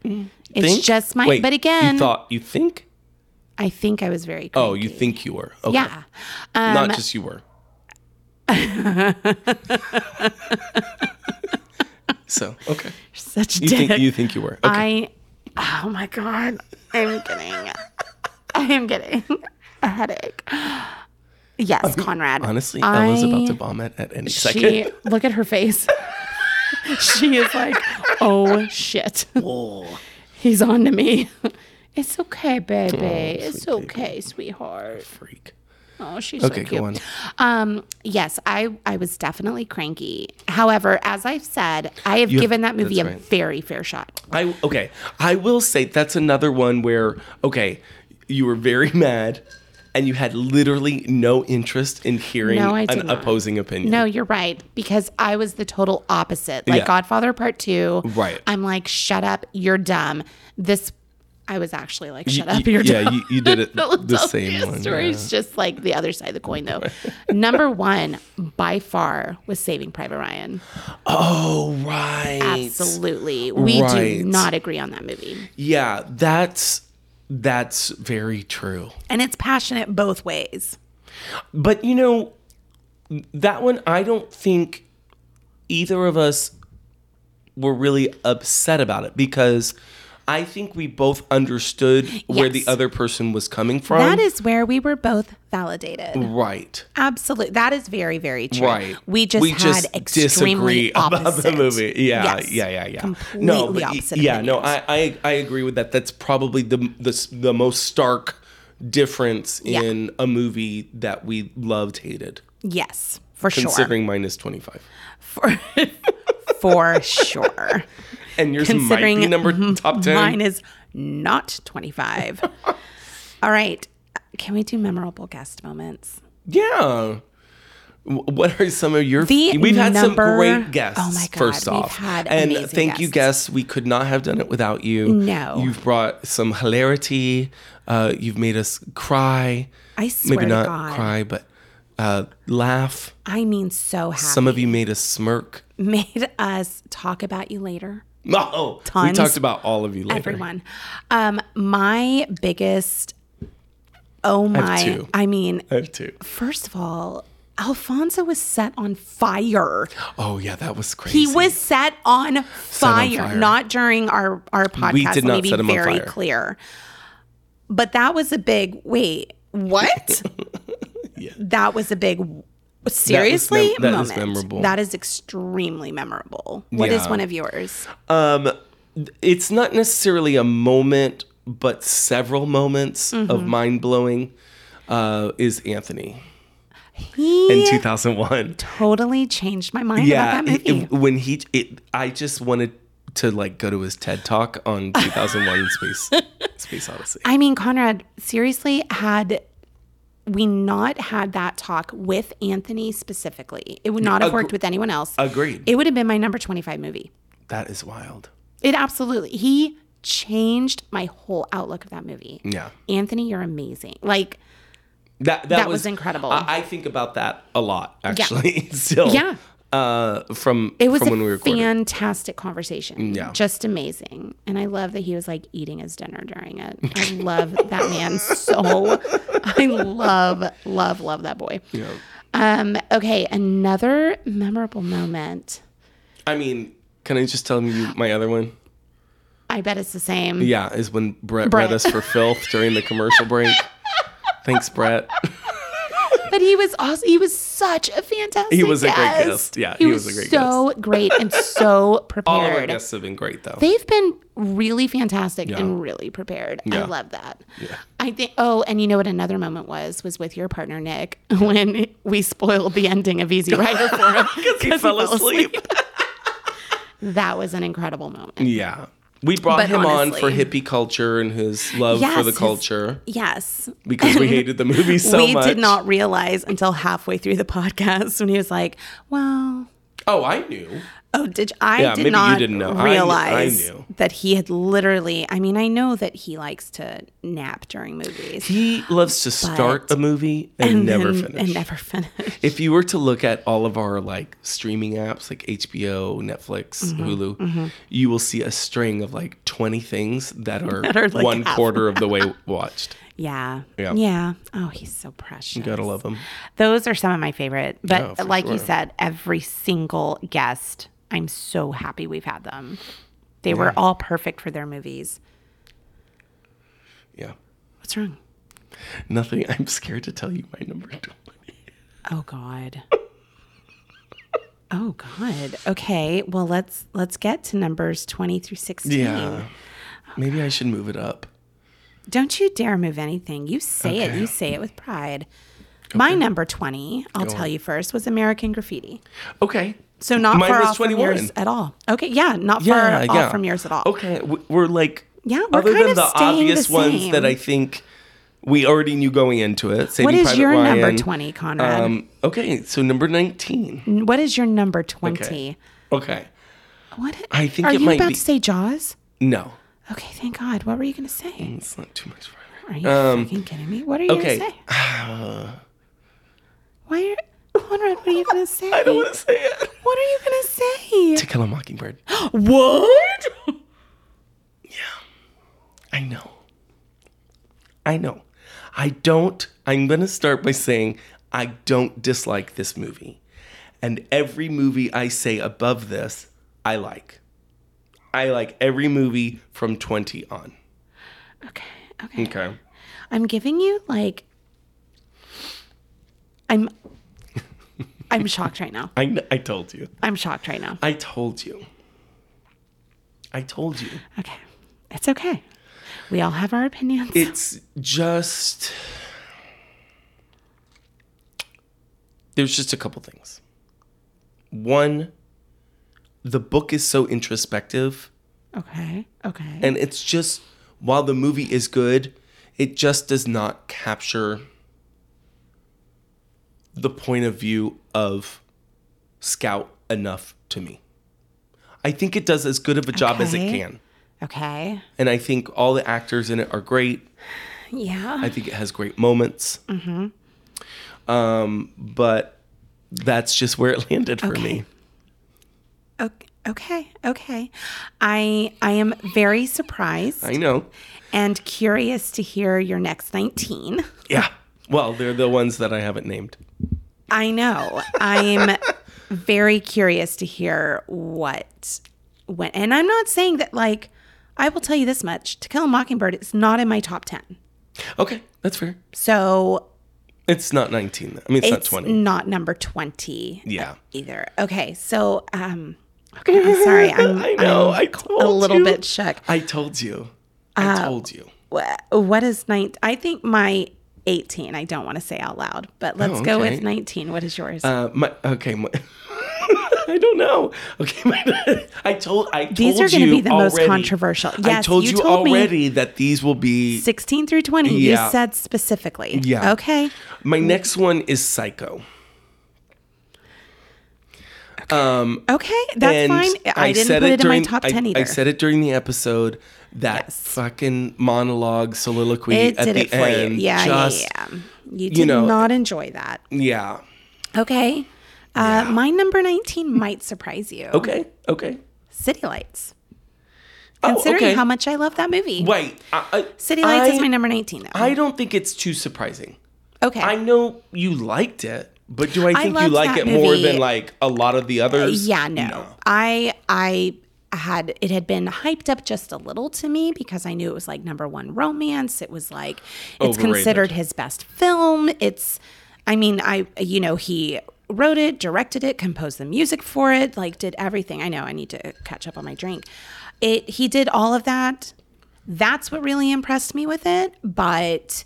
B: It's
A: think-
B: just my.
A: Wait,
B: but again,
A: you thought you think?
B: I think I was very. Cranky.
A: Oh, you think you were? Okay.
B: yeah. Um,
A: Not just you were. so okay,
B: such
A: you
B: dick.
A: think you think you were? Okay.
B: I, oh my God, I'm kidding. I'm getting a headache. Yes, Conrad.
A: Honestly, I, was about to
B: I-
A: vomit at any
B: She,
A: second.
B: look at her face. she is like, oh shit. Oh, He's on to me. It's okay,
A: Oh,
B: baby. it's okay, sweetheart.
A: Freak.
B: Oh, she's
A: Okay,
B: so
A: go
B: cute.
A: on.
B: Um, yes, I I was definitely cranky. However, as I've said, I have given that movie a
A: that's right.
B: very fair shot.
A: I okay. I will say that's another one where okay, you were very mad, and you had literally no interest in hearing
B: No, I did
A: an
B: not.
A: opposing opinion.
B: No, you're right. Because I was the total opposite. Like
A: Yeah.
B: Godfather Part Two.
A: Right.
B: I'm like, shut up, you're dumb. This I was actually like, shut up,
A: You-
B: you're
A: yeah,
B: dumb.
A: you, you did it the
B: Philadelphia
A: same one.
B: Story
A: yeah.
B: is just like the other side of the coin though. Number one by far was saving Private Ryan.
A: Oh right.
B: Absolutely. We
A: Right.
B: do not agree on that movie.
A: Yeah, that's that's very true.
B: And it's passionate both ways.
A: But you know, that one I don't think either of us were really upset about it because I think we both understood where the
B: Yes.
A: other person was coming from.
B: That is where we were both validated.
A: right.
B: Absolutely. That is very, very true.
A: Mm. Right.
B: We just had extremely opposite.
A: about the movie. Yeah,
B: Yes.
A: yeah, yeah, yeah.
B: Completely
A: but y-
B: opposite
A: Yeah, no,
B: opinions.
A: I, I I agree with that. That's probably the the s- the most stark difference
B: Yeah.
A: in a movie that we loved hated.
B: Yes, for sure.
A: Considering mine is twenty five,
B: For, for sure.
A: and yours
B: Considering
A: might be number top ten.
B: Mine is not 25. All right. Can we do memorable guest moments?
A: yeah. W- What are some of your?
B: The
A: we've had
B: number-
A: some great guests.
B: Oh my God,
A: First
B: we've
A: off,
B: had
A: and
B: amazing
A: thank you,
B: guests.
A: guests. We could not have done it without you.
B: No.
A: you've brought some hilarity. Uh, you've made us cry.
B: I swear
A: maybe
B: to
A: not
B: God.
A: cry, but uh, laugh.
B: I mean, so happy.
A: Some of you made us smirk.
B: made us talk about you later.
A: No, Oh, we
B: Tons.
A: talked about all of you later.
B: everyone. Um, my biggest, oh my, I,
A: two.
B: mean,
A: I have two.
B: first of all, Alfonso was set on fire.
A: Oh yeah, that was crazy.
B: He was set on fire,
A: fire.
B: not during our our podcast.
A: We did
B: let me
A: not
B: be
A: set him on
B: very
A: fire.
B: clear. But that was a big wait. What? That was a big. Seriously,
A: mem- that is
B: moment.
A: memorable.
B: That is extremely memorable. What is
A: Yeah.
B: one of yours?
A: Um, it's not necessarily a moment, but several moments
B: Mm-hmm.
A: of mind blowing. Uh, is Anthony in
B: He
A: two thousand one?
B: totally changed my mind
A: Yeah,
B: about that movie.
A: he- when he, it, I just wanted to like go to his TED talk on two thousand one Space Space Odyssey.
B: I mean, Conrad, seriously, had we not had that talk with Anthony specifically, it would not have worked with anyone else.
A: Agreed.
B: It would have been my number 25 movie.
A: that is wild.
B: It absolutely, he changed my whole outlook of that movie.
A: Yeah.
B: Anthony, you're amazing. Like,
A: That that,
B: That was incredible.
A: I, I think about that a lot, actually. Still,
B: Yeah.
A: uh, from
B: It was
A: Oh, from
B: a
A: when we recorded.
B: fantastic conversation.
A: Yeah.
B: Just amazing. And I love that he was like eating his dinner during it. I love that man so I love, love, love that boy.
A: Yeah.
B: Um, okay, another memorable moment.
A: I mean, can I just tell you my other one?
B: I bet it's the same.
A: Yeah, is when Brett,
B: Brett.
A: read us for filth during the commercial break. Thanks, Brett.
B: But he was also he was such a fantastic
A: He was a great
B: guest.
A: guest. Yeah,
B: he,
A: he
B: was,
A: was a great
B: so great and so
A: All of our
B: prepared.
A: guests have been great though.
B: They've been really fantastic
A: Yeah.
B: and really prepared. I
A: Yeah.
B: love that. I think. Oh, and you know what? Another moment was was with your partner Nick when we spoiled the ending of Easy Rider for him because
A: he fell asleep.
B: That was an incredible moment.
A: yeah. We brought
B: But
A: him on for
B: honestly-
A: hippie culture and his love
B: Yes,
A: for the
B: his-
A: culture
B: Yes,
A: because we hated the movie so
B: we
A: much.
B: did not realize until halfway through the podcast when he was like, "Well."
A: Oh, I knew.
B: Oh, did you- I
A: Yeah,
B: did
A: maybe you
B: not
A: didn't know. I kn- I
B: realize
A: knew.
B: that he had literally. I mean, I know that he likes to nap during movies
A: He loves to start a movie and, never
B: then-
A: finish.
B: and never finish.
A: if you were to look at all of our like streaming apps like HBO, Netflix,
B: Mm-hmm,
A: Hulu, you will see a string of like 20 things that are,
B: That are, like,
A: one
B: half
A: quarter of the way watched.
B: Yeah.
A: Yeah.
B: Oh, he's so precious.
A: Gotta love them.
B: Those are some of my favorite. But
A: for
B: like you
A: sure.
B: said, every single guest, I'm so happy we've had them. They were all perfect for their movies.
A: Yeah.
B: What's wrong?
A: Nothing. I'm scared to tell you my number 20.
B: Oh God. oh God. Okay. Well, let's let's get to numbers 20 through 16.
A: Yeah. Maybe I should move it up.
B: Don't you dare move anything. You say it.
A: Okay.
B: You say it with pride. My number 20, I'll tell you first, was American Graffiti.
A: Okay.
B: So not
A: Mine
B: far
A: was
B: off from yours at all. Okay, yeah, not
A: Yeah,
B: far
A: yeah.
B: off from yours at all.
A: Okay. w- We're like,
B: Yeah, we're
A: other
B: kind
A: than
B: of
A: the
B: staying the
A: obvious ones
B: same.
A: that I think we already knew going into it. Saving
B: What is
A: Private
B: your number
A: Ryan.
B: 20, Conrad?
A: Um, okay. So number 19.
B: N- what is your number 20?
A: Okay.
B: What
A: I think
B: Are
A: it
B: you
A: might
B: about
A: be-
B: to say Jaws?
A: No,
B: Okay, thank God. What were you going to say?
A: it's not too much fun.
B: Are you fucking kidding me? What are you
A: Mm. Um, okay.
B: going to say? Why are Conrad, what are you going to say?
A: I don't want to say it.
B: What are you going to say?
A: To Kill a Mockingbird.
B: what?
A: I know. I know. I don't. I'm going to start by saying I don't dislike this movie. And every movie I say above this, I like. I like every movie from 20 on.
B: Okay. Okay.
A: Okay.
B: I'm giving you like I'm I'm shocked right now.
A: I, kn- I told you.
B: I'm shocked right now.
A: I told you. I told you.
B: Okay. It's okay. We all have our opinions.
A: It's just there's just a couple things. One, the book is so introspective,
B: okay. Okay.
A: and it's just while the movie is good, it just does not capture the point of view of Scout enough to me. I think it does as good of a job as it
B: Okay.
A: can.
B: okay.
A: And I think all the actors in it are great.
B: Yeah.
A: I think it has great moments. Um, but that's just where it landed for me.
B: okay. Okay. Okay. I I am very surprised
A: I know.
B: and curious to hear your next 19.
A: Yeah. Well, they're the ones that I haven't named.
B: I know. I'm very curious to hear what went. And I'm not saying that like I will tell you this much, To Kill a Mockingbird is not in my top 10.
A: Okay, that's fair.
B: So
A: It's not 19. I mean, it's, not
B: it's
A: 20.
B: not number 20.
A: yeah.
B: either. Okay, so um, okay, I'm sorry, I'm,
A: I know.
B: I'm
A: I
B: a
A: told
B: little
A: you.
B: bit Uh, shook.
A: I told you. I told you.
B: Wha- What is nine? I think my 18. I don't want to say out loud, but let's go
A: Oh, okay.
B: with 19. What is yours?
A: Uh, my okay. My, I don't know. Okay, my, I told. I told
B: These are
A: going
B: gonna
A: to
B: be the most controversial.
A: I
B: Yes,
A: told
B: you
A: you,
B: told me.
A: already that these will be.
B: 16 through 20.
A: yeah.
B: You said specifically.
A: Yeah.
B: Okay.
A: My next one is Psycho.
B: Okay, that's
A: Um, and
B: fine. I, didn't
A: said
B: put it, in
A: during-
B: my top
A: I-
B: 10 either.
A: I said it during the episode that fucking monologue soliloquy
B: it
A: at
B: did
A: the
B: it for
A: end.
B: you. Yeah,
A: just,
B: yeah, yeah. You did
A: know-
B: not enjoy that.
A: yeah. Oh.
B: Okay. Uh, My number 19 might surprise you
A: Okay. Okay.
B: City Lights.
A: Oh,
B: Considering
A: okay.
B: how much I love that movie.
A: Wait. I, I,
B: City Lights
A: I-
B: is my number 19, though.
A: I don't think it's too surprising.
B: okay.
A: I know you liked it, but do I think you
B: loved
A: like
B: that
A: it more
B: movie.
A: than like a lot of the others?
B: Yeah, no. I I had it had been hyped up just a little to me because I knew it was like number one romance. It was like it's
A: Overrated.
B: considered his best film. It's I mean, I you know, he wrote it, directed it, composed the music for it, like did everything. I know I need to catch up on my drink. It he did all of that. That's what really impressed me with it, but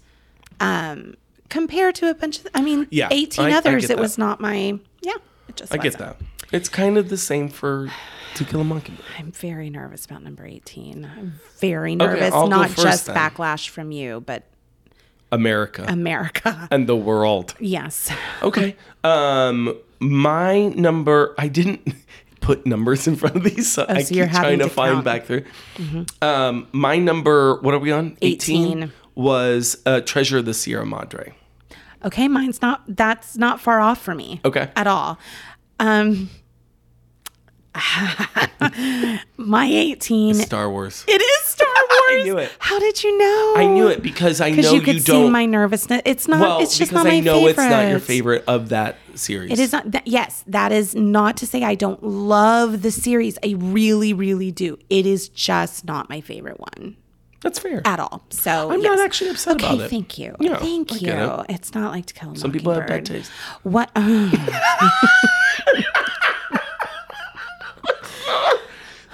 B: um compared to a bunch of I mean
A: Yeah,
B: 18
A: I- I
B: others
A: get
B: it
A: that.
B: was not my yeah, it just
A: I get
B: wasn't.
A: that. It's kind of the same for To Kill a Mockingbird.
B: I'm very nervous about number 18. I'm very nervous.
A: I'll go
B: Not
A: first
B: just
A: then.
B: backlash from you, but
A: America
B: America.
A: and the world.
B: Yes.
A: Okay. Um, my number. I didn't put numbers in front of these, so I
B: Oh, so
A: keep
B: you're
A: trying
B: having
A: to,
B: to
A: find
B: count. Mm-hmm.
A: back through. Um, my number. What are we on?
B: 18.
A: was uh, Treasure of the Sierra Madre.
B: Okay, mine's not that's not far off for me.
A: Okay.
B: At all. Um my 18
A: Star Wars.
B: It is Star Wars.
A: I knew it.
B: How did you know?
A: I knew it because I know
B: Because
A: you,
B: you could see
A: don't.
B: my nervousness. It's not.
A: well,
B: it's just
A: because
B: not my
A: I know
B: favorite.
A: it's not your favorite of that series.
B: It is not that, yes, that is not to say I don't love the series. I really, really do. It is just not my favorite one
A: That's fair.
B: at all. So
A: I'm
B: yes.
A: not actually upset
B: okay,
A: about it.
B: thank you.
A: Yeah, I
B: thank you.
A: get it.
B: It's not like to kill a
A: Some people have bad
B: Mockingbird.
A: taste.
B: What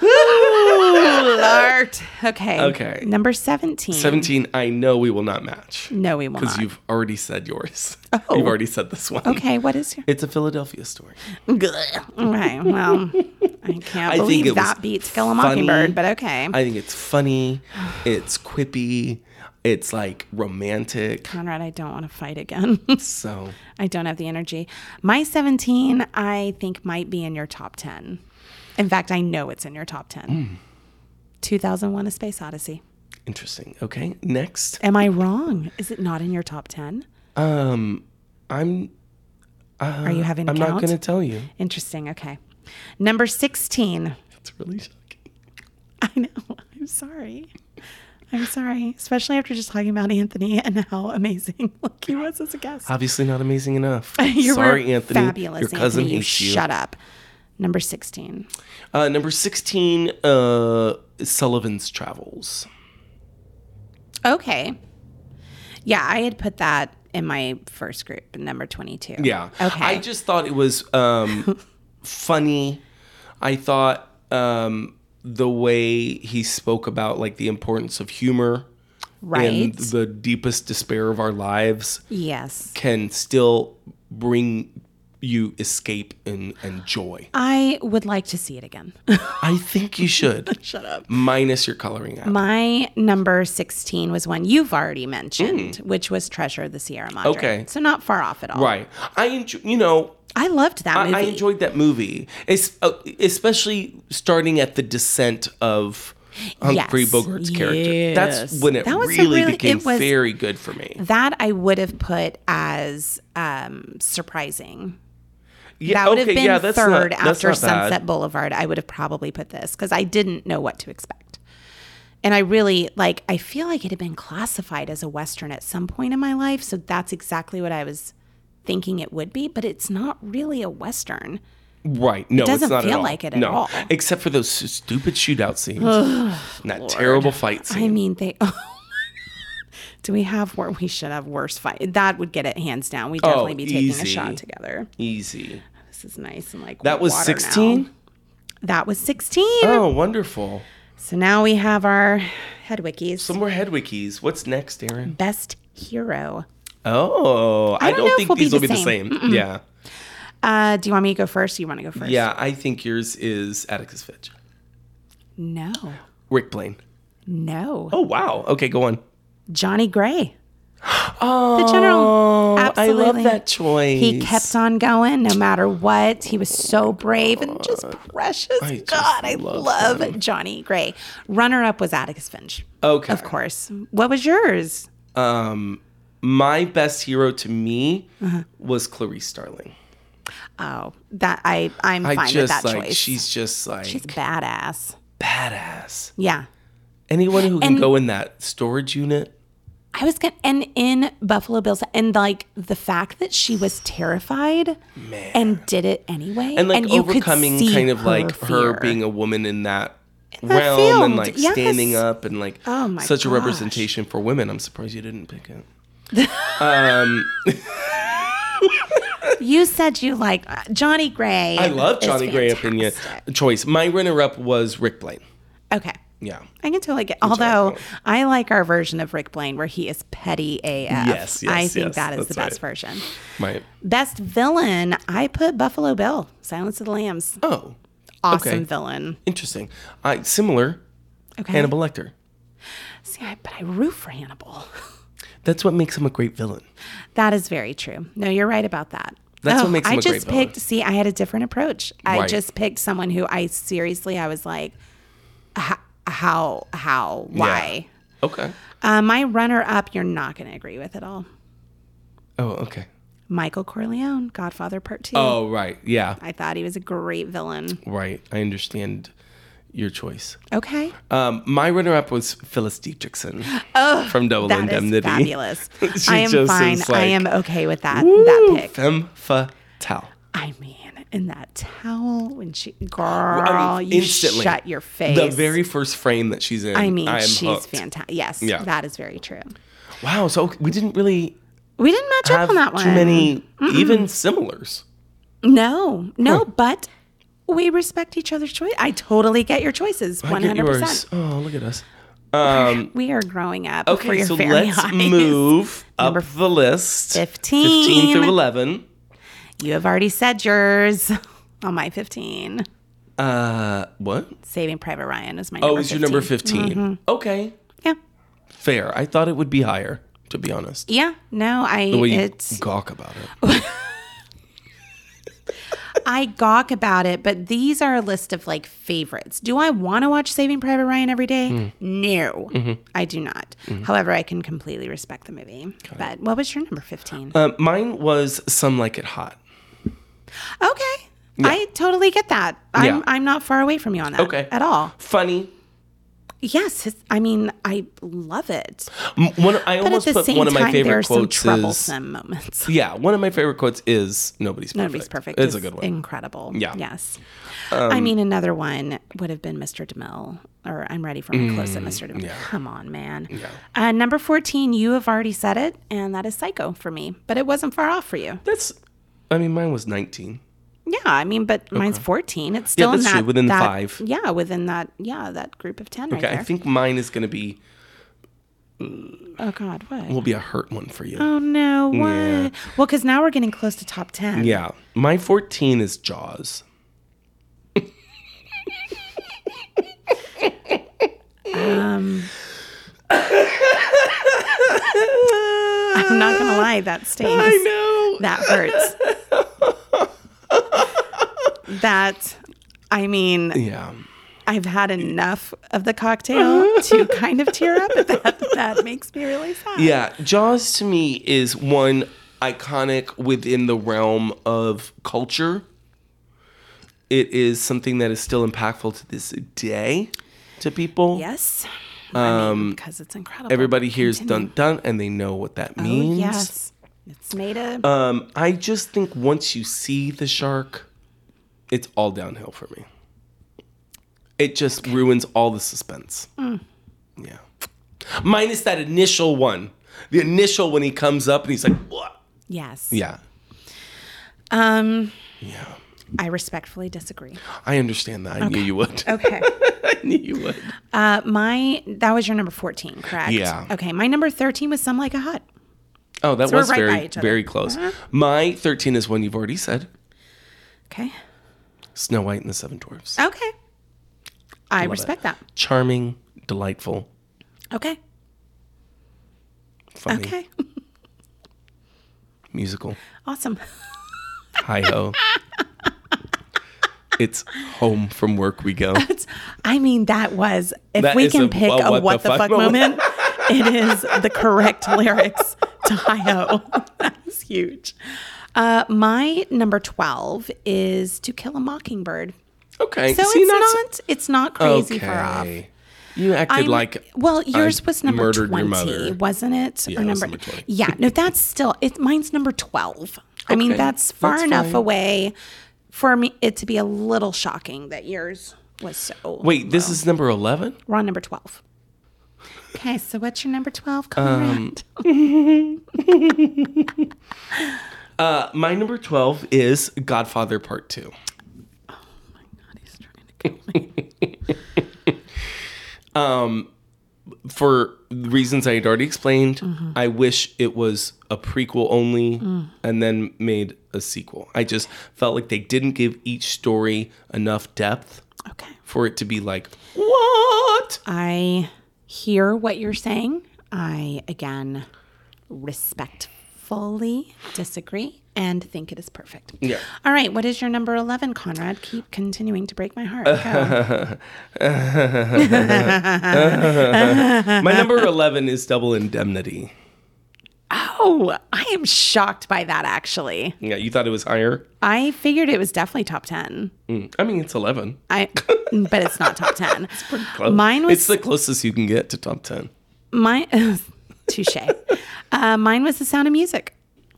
B: oh, Lord. Okay.
A: Okay.
B: Number seventeen.
A: Seventeen. I know we will not match
B: No, we will
A: because
B: not. Oh.
A: you've already said yours. You've already said this one.
B: okay, what is your
A: It's a Philadelphia story.
B: Okay, well, I can't
A: I think
B: believe
A: it was
B: that beat to kill a
A: funny.
B: mockingbird, but okay.
A: I think it's funny. It's quippy. It's like romantic.
B: Conrad, I don't want to fight again.
A: So
B: I don't have the energy. My 17, I think, might be in your top 10. In fact, I know it's in your top
A: Hmm.
B: 10. 2001 A Space Odyssey.
A: interesting. Okay. Next.
B: Am I wrong? Is it not in your top 10?
A: Um I'm
B: Are you having a
A: Uh, I'm
B: count?
A: not gonna tell you.
B: Interesting. Okay. Number 16.
A: It's really shocking.
B: I know. I'm sorry. I'm sorry, especially after just talking about Anthony and how amazing like he was as a guest.
A: Obviously not amazing enough.
B: you
A: Sorry,
B: were
A: Anthony.
B: Fabulous,
A: Your cousin
B: Anthony. You
A: hates you.
B: Shut up. Number sixteen.
A: Uh, number sixteen, uh Sullivan's Travels.
B: Okay. Yeah, I had put that in my first group, number twenty-two.
A: Yeah.
B: Okay.
A: I just thought it was um, funny. I thought um, the way he spoke about like the importance of humor
B: Right.
A: and the deepest despair of our lives
B: yes.
A: can still bring you escape and, and joy.
B: I would like to see it again.
A: I think you should,
B: Shut up.
A: minus your coloring app.
B: My number 16 was one you've already mentioned, which was Treasure of the Sierra Madre.
A: Mm. Okay.
B: So not far off at all.
A: Right. I enjoy, you know,
B: I loved that movie.
A: I enjoyed that movie, es- uh, especially starting at the descent of Humphrey
B: Yes.
A: Bogart's character.
B: Yes.
A: That's when it
B: That was a
A: really,
B: really-
A: became
B: it was-
A: very good for me.
B: That I would have put as um, surprising.
A: Yeah,
B: That would have
A: okay,
B: been
A: yeah, that's not-
B: third
A: that's
B: after
A: not bad.
B: Sunset Boulevard. I would have probably put this because I didn't know what to expect. And I really like, I feel like it had been classified as a Western at some point in my life. So that's exactly what I was thinking it would be, but it's not really a Western.
A: Right. No,
B: doesn't
A: it's not at
B: feel
A: all.
B: like it at
A: no.
B: all.
A: Except for those stupid shootout scenes. and that terrible fight
B: I
A: scene.
B: mean, they. oh do we have where we should have worse fight? That would get it hands down. We'd definitely be taking a
A: Oh, easy.
B: shot together.
A: Easy.
B: This is nice and like
A: That was
B: water now.
A: 16?
B: That was 16.
A: Oh, wonderful.
B: So now we have our head wikis.
A: Some more head wikis. What's next, Aaron?
B: Best hero.
A: Oh, I,
B: don't
A: don't,
B: know if
A: think
B: we'll be
A: these will
B: the
A: be the
B: same.
A: same. Yeah.
B: Uh, do you want me to go first? Or you want to go first?
A: Yeah, I think yours is Atticus Fitch.
B: No.
A: Rick Blaine.
B: No.
A: Oh, wow. Okay, go on.
B: Johnny Gray.
A: Oh,
B: The general.
A: I love
B: Absolutely.
A: that choice.
B: He kept on going no matter what. He was so brave and just precious.
A: just
B: God, I
A: love
B: love, Johnny Gray. Runner up was Atticus Finch.
A: Okay.
B: Of course. What was yours? Uh-huh.
A: Um, my best hero to me was Clarice Starling.
B: Oh, that I I'm
A: I
B: fine with
A: just
B: that
A: like
B: choice.
A: she's just like
B: she's badass.
A: badass.
B: Yeah.
A: Anyone who can
B: And-
A: go in that storage unit,
B: I was gonna and in Buffalo Bills and like the fact that she was terrified
A: man, and,
B: and did it anyway.
A: like
B: you could
A: overcoming
B: see
A: kind of like her
B: fear.
A: being a woman in that
B: that
A: realm and
B: field,
A: like
B: yes.
A: standing up and like
B: Oh my
A: such a
B: gosh.
A: representation for women. I'm surprised you didn't pick it.
B: You said you like uh, Johnny Gray.
A: I love
B: is
A: Johnny Gray opinion
B: fantastic.
A: choice. My runner-up was Rick Blaine.
B: Okay.
A: Yeah.
B: I can totally get. Although I like our version of Rick Blaine, where he is petty AF.
A: Yes, yes,
B: I think
A: yes,
B: that is the
A: that's right.
B: best version.
A: My
B: Best villain, I put Buffalo Bill, Silence of the Lambs.
A: oh,
B: Awesome
A: Okay.
B: villain.
A: interesting. I similar
B: Okay.
A: Hannibal Lecter.
B: See, I, but I root for Hannibal.
A: That's what makes him a great villain.
B: That is very true. No, you're right about that. Oh,
A: That's what makes him
B: I
A: a great
B: just
A: villain.
B: picked. See, I had a different approach. I
A: Right.
B: just picked someone who I seriously, I was like, "H- how, how, why?
A: Okay.
B: Uh, my runner up, you're not going to agree with at all.
A: Oh, okay.
B: Michael Corleone, Godfather Part Two.
A: Oh, right. Yeah.
B: I thought he was a great villain.
A: Right. I understand your choice.
B: Okay.
A: Um, my runner up was Phyllis Dietrichson from Double
B: that is
A: Indemnity.
B: fabulous.
A: She
B: I am
A: just
B: fine.
A: is
B: I
A: like,
B: am okay with that that
A: Woo,
B: pick.
A: Femme fatale.
B: I mean, in that towel when she girl, you
A: instantly.
B: shut your face.
A: The very first frame that she's in.
B: I mean,
A: am
B: she's
A: hooked.
B: fantastic. Yes,
A: Yeah.
B: that is very true.
A: Wow. So we didn't really
B: We didn't match
A: have
B: up on that
A: too
B: one.
A: many even similars.
B: No, no, but we respect each other's choice. I totally get your choices.
A: I
B: One
A: get
B: hundred
A: yours.
B: percent.
A: Oh, look at us. Um,
B: We are growing up. for
A: Okay,
B: your
A: so
B: fairy
A: let's
B: eyes.
A: move up the list.
B: 15.
A: 15 through 11.
B: You have already said yours on my fifteen.
A: Uh, what?
B: Saving Private Ryan is my.
A: Oh,
B: number
A: it's your number
B: 15.
A: 15.
B: Mm-hmm.
A: Okay.
B: Yeah,
A: Fair. I thought it would be higher, to be honest.
B: yeah. No, I.
A: The way you
B: It's.
A: gawk about it.
B: I gawk about it, but these are a list of like favorites. Do I want to watch Saving Private Ryan every day?
A: Mm.
B: No,
A: Mm-hmm.
B: I do not. However, I can completely respect the movie. But what was your number 15?
A: Uh, mine was Some Like It Hot.
B: okay. I totally get that. I'm,
A: Yeah.
B: I'm not far away from you on that
A: Okay.
B: at all.
A: Funny.
B: Yes. his- I mean, I love it.
A: M- One, I
B: But at
A: almost
B: the
A: put
B: same
A: one of my
B: time, there are
A: favorite
B: some
A: quotes is.
B: troublesome moments.
A: Yeah, one of my favorite quotes is Nobody's Perfect.
B: Nobody's perfect.
A: It's
B: is
A: a good one.
B: Incredible.
A: Yeah. Um,
B: Yes. I mean, another one would have been Mr. DeMille, or I'm ready for my
A: Mm,
B: close up, Mr. DeMille. Come on, man. Uh, number 14, you have already said it, and that is Psycho for me, but it wasn't far off for you.
A: That's, I mean, mine was 19.
B: Yeah. I mean, but mine's 14. It's still in
A: that's
B: that,
A: true, within the
B: that-
A: five.
B: Yeah. Within that, yeah, that group of 10
A: Okay,
B: right there.
A: I think mine is going to be,
B: oh, God. What?
A: will be a hurt one for you.
B: oh, no. What?
A: Yeah.
B: Well, because now we're getting close to top 10.
A: Yeah, my 14 is Jaws.
B: Um, I'm not going to lie. That stings.
A: know.
B: That hurts. that, I mean,
A: Yeah.
B: I've had enough of the cocktail to kind of tear up at that. That makes me really sad.
A: Yeah, Jaws to me is one iconic within the realm of culture. It is something that is still impactful to this day to people.
B: Yes. I mean, because it's incredible.
A: Um, Everybody hears dun dun and they know what that
B: Oh,
A: means.
B: yes. It's made a.
A: Um, I just think once you see the shark, it's all downhill for me. It just ruins all the suspense.
B: Mm.
A: Yeah. Minus that initial one. The initial when he comes up and he's like, what?
B: yes.
A: Yeah.
B: Um,
A: Yeah.
B: I respectfully disagree.
A: I understand that. I knew you would.
B: Okay.
A: I knew you would.
B: Uh, my that was your number fourteen, correct?
A: Yeah.
B: Okay. My number thirteen was some like a hut.
A: Oh, that
B: So we're
A: was
B: right by
A: very,
B: each other. Uh-huh.
A: very close. My 13 is one you've already said
B: Okay.
A: Snow White and the Seven Dwarfs.
B: Okay. I respect that.
A: Charming, delightful,
B: Okay.
A: funny,
B: Okay.
A: musical.
B: Awesome.
A: Hi ho. it's home from work we go.
B: It's, I mean, that was, if
A: That
B: we
A: is
B: can
A: a-
B: pick
A: a
B: a what,
A: what
B: the, fuck, moment, it is the correct lyrics to Hi Ho. That was huge. Uh, my number 12 is To Kill a Mockingbird.
A: Okay.
B: So
A: Eh, See,
B: it's
A: not-
B: not it's not crazy far off.
A: You acted
B: I'm-
A: like
B: well, yours
A: I
B: was number
A: murdered your
B: twenty,
A: mother.
B: wasn't it?
A: Yeah,
B: or
A: it
B: number,
A: was number 20.
B: yeah, no, that's still it. Mine's number twelve. I mean,
A: Okay,
B: that's far
A: that's
B: enough
A: fine.
B: away for me it to be a little shocking that yours was so.
A: Wait, this is number 11?
B: we're on number twelve. Um, Okay, so what's your number twelve? Oh, Correct.
A: Uh, my number 12 is Godfather Part 2.
B: He's trying to kill-
A: For reasons I had already explained,
B: Mm-hmm.
A: I wish it was a prequel only
B: Mm.
A: and then made a sequel. I just felt like they didn't give each story enough depth
B: okay,
A: for it to be like, what?
B: I hear what you're saying. I again respectfully disagree and think it is perfect.
A: Yeah.
B: All right, what is your number 11, Conrad? Keep continuing to break my heart. Go.
A: My number 11 is Double Indemnity.
B: oh, I am shocked by that actually.
A: Yeah, you thought it was higher?
B: I figured it was definitely top 10.
A: Mm. I mean, it's 11.
B: I but it's not top 10.
A: Close.
B: Mine was
A: It's the closest you can get to top 10.
B: my touche. Uh, mine was the sound of music.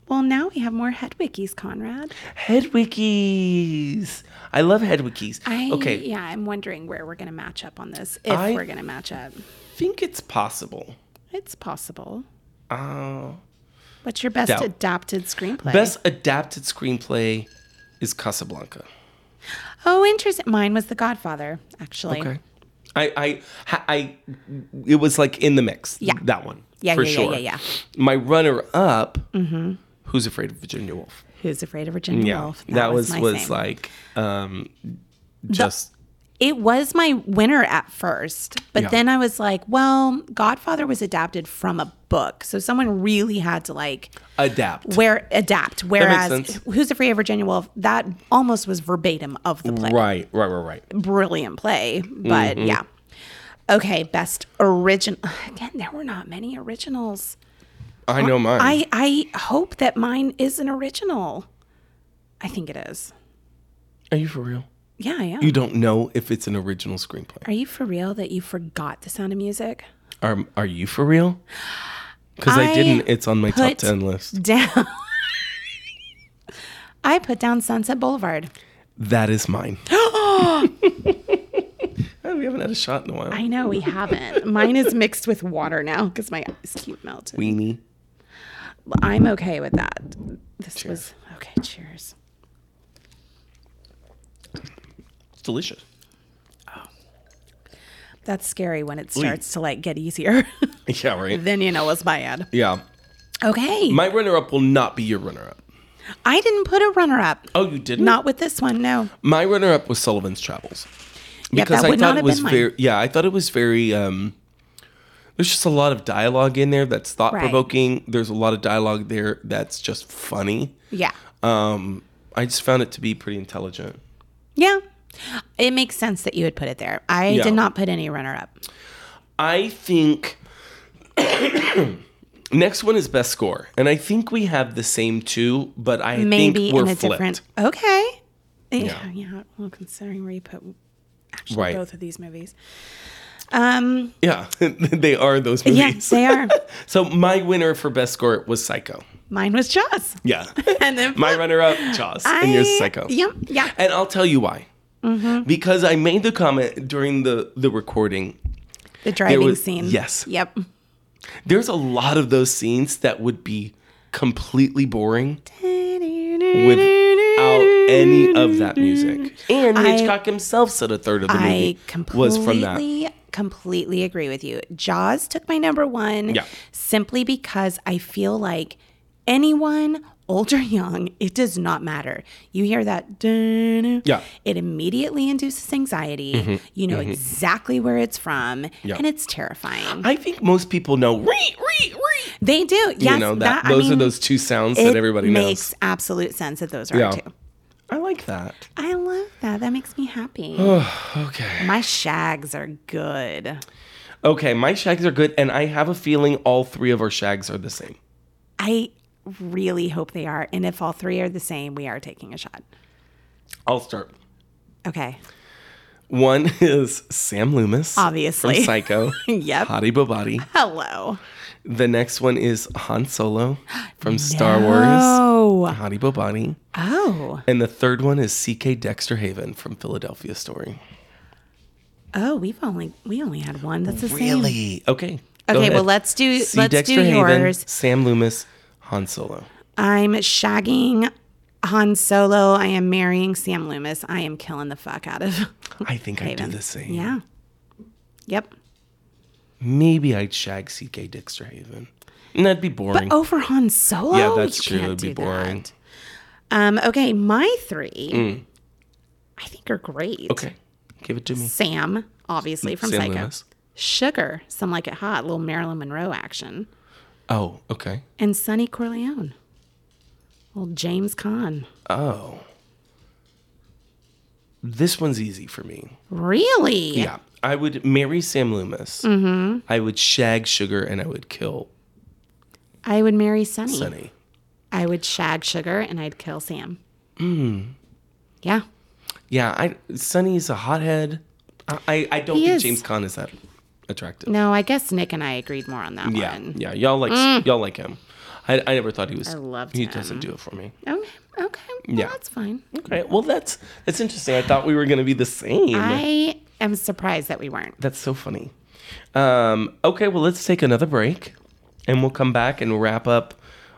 B: Well, now we have more Hedwiggies, Conrad.
A: Headwickies. I love Headwickies.
B: I,
A: okay,
B: Yeah, I'm wondering where we're going to match up on this. If
A: I-
B: we're going to match up,
A: think it's possible.
B: it's possible.
A: Uh,
B: What's your best
A: Doubt.
B: adapted screenplay?
A: best adapted screenplay is Casablanca.
B: Oh, interesting. Mine was The Godfather, actually.
A: Okay. I, I, ha- I, it was like in the mix.
B: Yeah.
A: That one.
B: Yeah,
A: for
B: yeah, yeah,
A: sure.
B: yeah, yeah.
A: My runner up, Who's Afraid of Virginia Woolf?
B: Who's Afraid of Virginia
A: Yeah.
B: Woolf?
A: That, was,
B: my
A: was,
B: thing.
A: like, um, just,
B: it was my winner at first, but
A: Yeah.
B: then I was like, well, Godfather was adapted from a book, so someone really had to like
A: adapt.
B: where adapt. Whereas
A: sense.
B: Who's Afraid of Virginia Woolf that almost was verbatim of the play.
A: Right, Mm-hmm. right, right, right.
B: brilliant play, but yeah. Okay, best original. Again, there were not many originals.
A: I know mine.
B: I I hope that mine is an original. I think it is.
A: Are you for real?
B: Yeah, I am.
A: You don't know if it's an original screenplay.
B: Are you for real that you forgot The Sound of Music?
A: Are, are you for real? Because I,
B: I
A: didn't. It's on my top
B: put-
A: 10 list.
B: Down. I put down Sunset Boulevard.
A: That is mine. Oh, we haven't had a shot in a while.
B: I know we haven't. Mine is mixed with water now because my ice cube melted.
A: Weenie.
B: I'm okay with that. This was okay. Cheers.
A: It's delicious.
B: That's scary when it starts to like get easier.
A: Yeah, right?
B: then you know it's bad.
A: Yeah.
B: Okay.
A: My runner up will not be your runner up.
B: I didn't put a runner up.
A: Oh, you didn't?
B: Not with this one, no.
A: My runner up was Sullivan's Travels.
B: Yeah, that
A: Because I
B: would not
A: thought
B: have
A: it was
B: been mine.
A: very, yeah, I thought it was very, um, there's just a lot of dialogue in there that's thought provoking. There's a lot of dialogue there that's just funny.
B: Yeah.
A: Um, I just found it to be pretty intelligent.
B: Yeah. It makes sense that you would put it there. I
A: Yeah.
B: did not put any runner up.
A: I think next one is best score, and I think we have the same two, but I
B: Maybe
A: think we're
B: in a
A: flipped.
B: different. Okay.
A: Yeah.
B: Yeah. Yeah. Well, considering where you put actually
A: Right.
B: both of these movies. Um,
A: Yeah, they are those
B: yeah,
A: movies.
B: they are.
A: So my winner for best score was Psycho.
B: Mine was Jaws.
A: Yeah,
B: And then
A: my runner-up Jaws, and yours is Psycho.
B: Yeah. Mm-hmm. Yeah.
A: And I'll tell you why. Because I made the comment during the the recording.
B: The driving
A: was-
B: scene.
A: yes.
B: Yep.
A: There's a lot of those scenes that would be completely boring without any of that music. And
B: I-
A: Hitchcock himself said a third of the
B: I
A: movie
B: completely,
A: was from that.
B: completely agree with you. Jaws took my number one
A: Yeah.
B: simply because I feel like anyone, old or young, it does not matter. You hear that, dun-
A: Yeah. Mm-hmm.
B: it immediately induces anxiety. You know exactly where it's from,
A: Yeah.
B: and it's terrifying.
A: I think most people know. "Ree, ree, ree,"
B: they do, yes.
A: you know that,
B: I
A: those are
B: mean,
A: those two sounds
B: It
A: that everybody
B: makes
A: knows.
B: absolute sense that those are
A: Yeah.
B: our two.
A: I like that.
B: I love that. That makes me happy.
A: Okay.
B: My shags are good.
A: Okay, my shags are good, and I have a feeling all three of our shags are the same.
B: I really hope they are. And if all three are the same, we are taking a shot.
A: I'll start.
B: Okay.
A: One is Sam Loomis.
B: Obviously.
A: From Psycho.
B: Yep.
A: Hottie Babadi.
B: Hello.
A: The next one is Han Solo from Star Wars.
B: Oh.
A: Hottie Babadi.
B: Oh.
A: And the third one is C.K. Dexter Haven from Philadelphia Story.
B: Oh, we've only we only had one. That's the same.
A: Really? Okay. go
B: Okay, well
A: ahead.
B: let's do
A: C.
B: let's
A: Dexter
B: do
A: Haven,
B: yours.
A: Sam Loomis, Han Solo.
B: I'm shagging Han Solo. I am marrying Sam Loomis. I am killing the fuck out of
A: I think I'd do
B: Haven.
A: the same.
B: Yeah. Yep.
A: Maybe I'd shag C.K. Dexter Haven. And that'd be boring.
B: But over Oh, Han Solo,
A: yeah, that's
B: you
A: true.
B: can't
A: It'd be
B: do
A: boring.
B: That. Um, okay, my three, I think are great.
A: Mm. Okay. Give it to me.
B: Sam, obviously from
A: Sam
B: Psycho.
A: Loomis.
B: Sugar, some like it hot, little Marilyn Monroe action,
A: Oh, okay.
B: and Sonny Corleone, old James Caan.
A: Oh. This one's easy for me.
B: Really?
A: Yeah. I would marry Sam Loomis. Mm-hmm. I would shag Sugar and I would kill
B: I would marry Sonny.
A: Sunny.
B: I would shag Sugar, and I'd kill Sam.
A: Hmm.
B: Mm. Yeah.
A: Yeah, I Sunny's a hothead. I I, I don't
B: He
A: think
B: is.
A: James Conn is that attractive.
B: No, I guess Nick and I agreed more on that
A: yeah,
B: one.
A: yeah. Y'all like y'all like him. I, I never thought he was. I
B: loved
A: He
B: him.
A: doesn't do it for me.
B: Okay. Okay. Well,
A: Yeah.
B: That's fine.
A: Okay. Well, that's that's interesting. I thought we were gonna be the same.
B: I am surprised that we weren't.
A: That's so funny. Um, okay, well, let's take another break and we'll come back and wrap up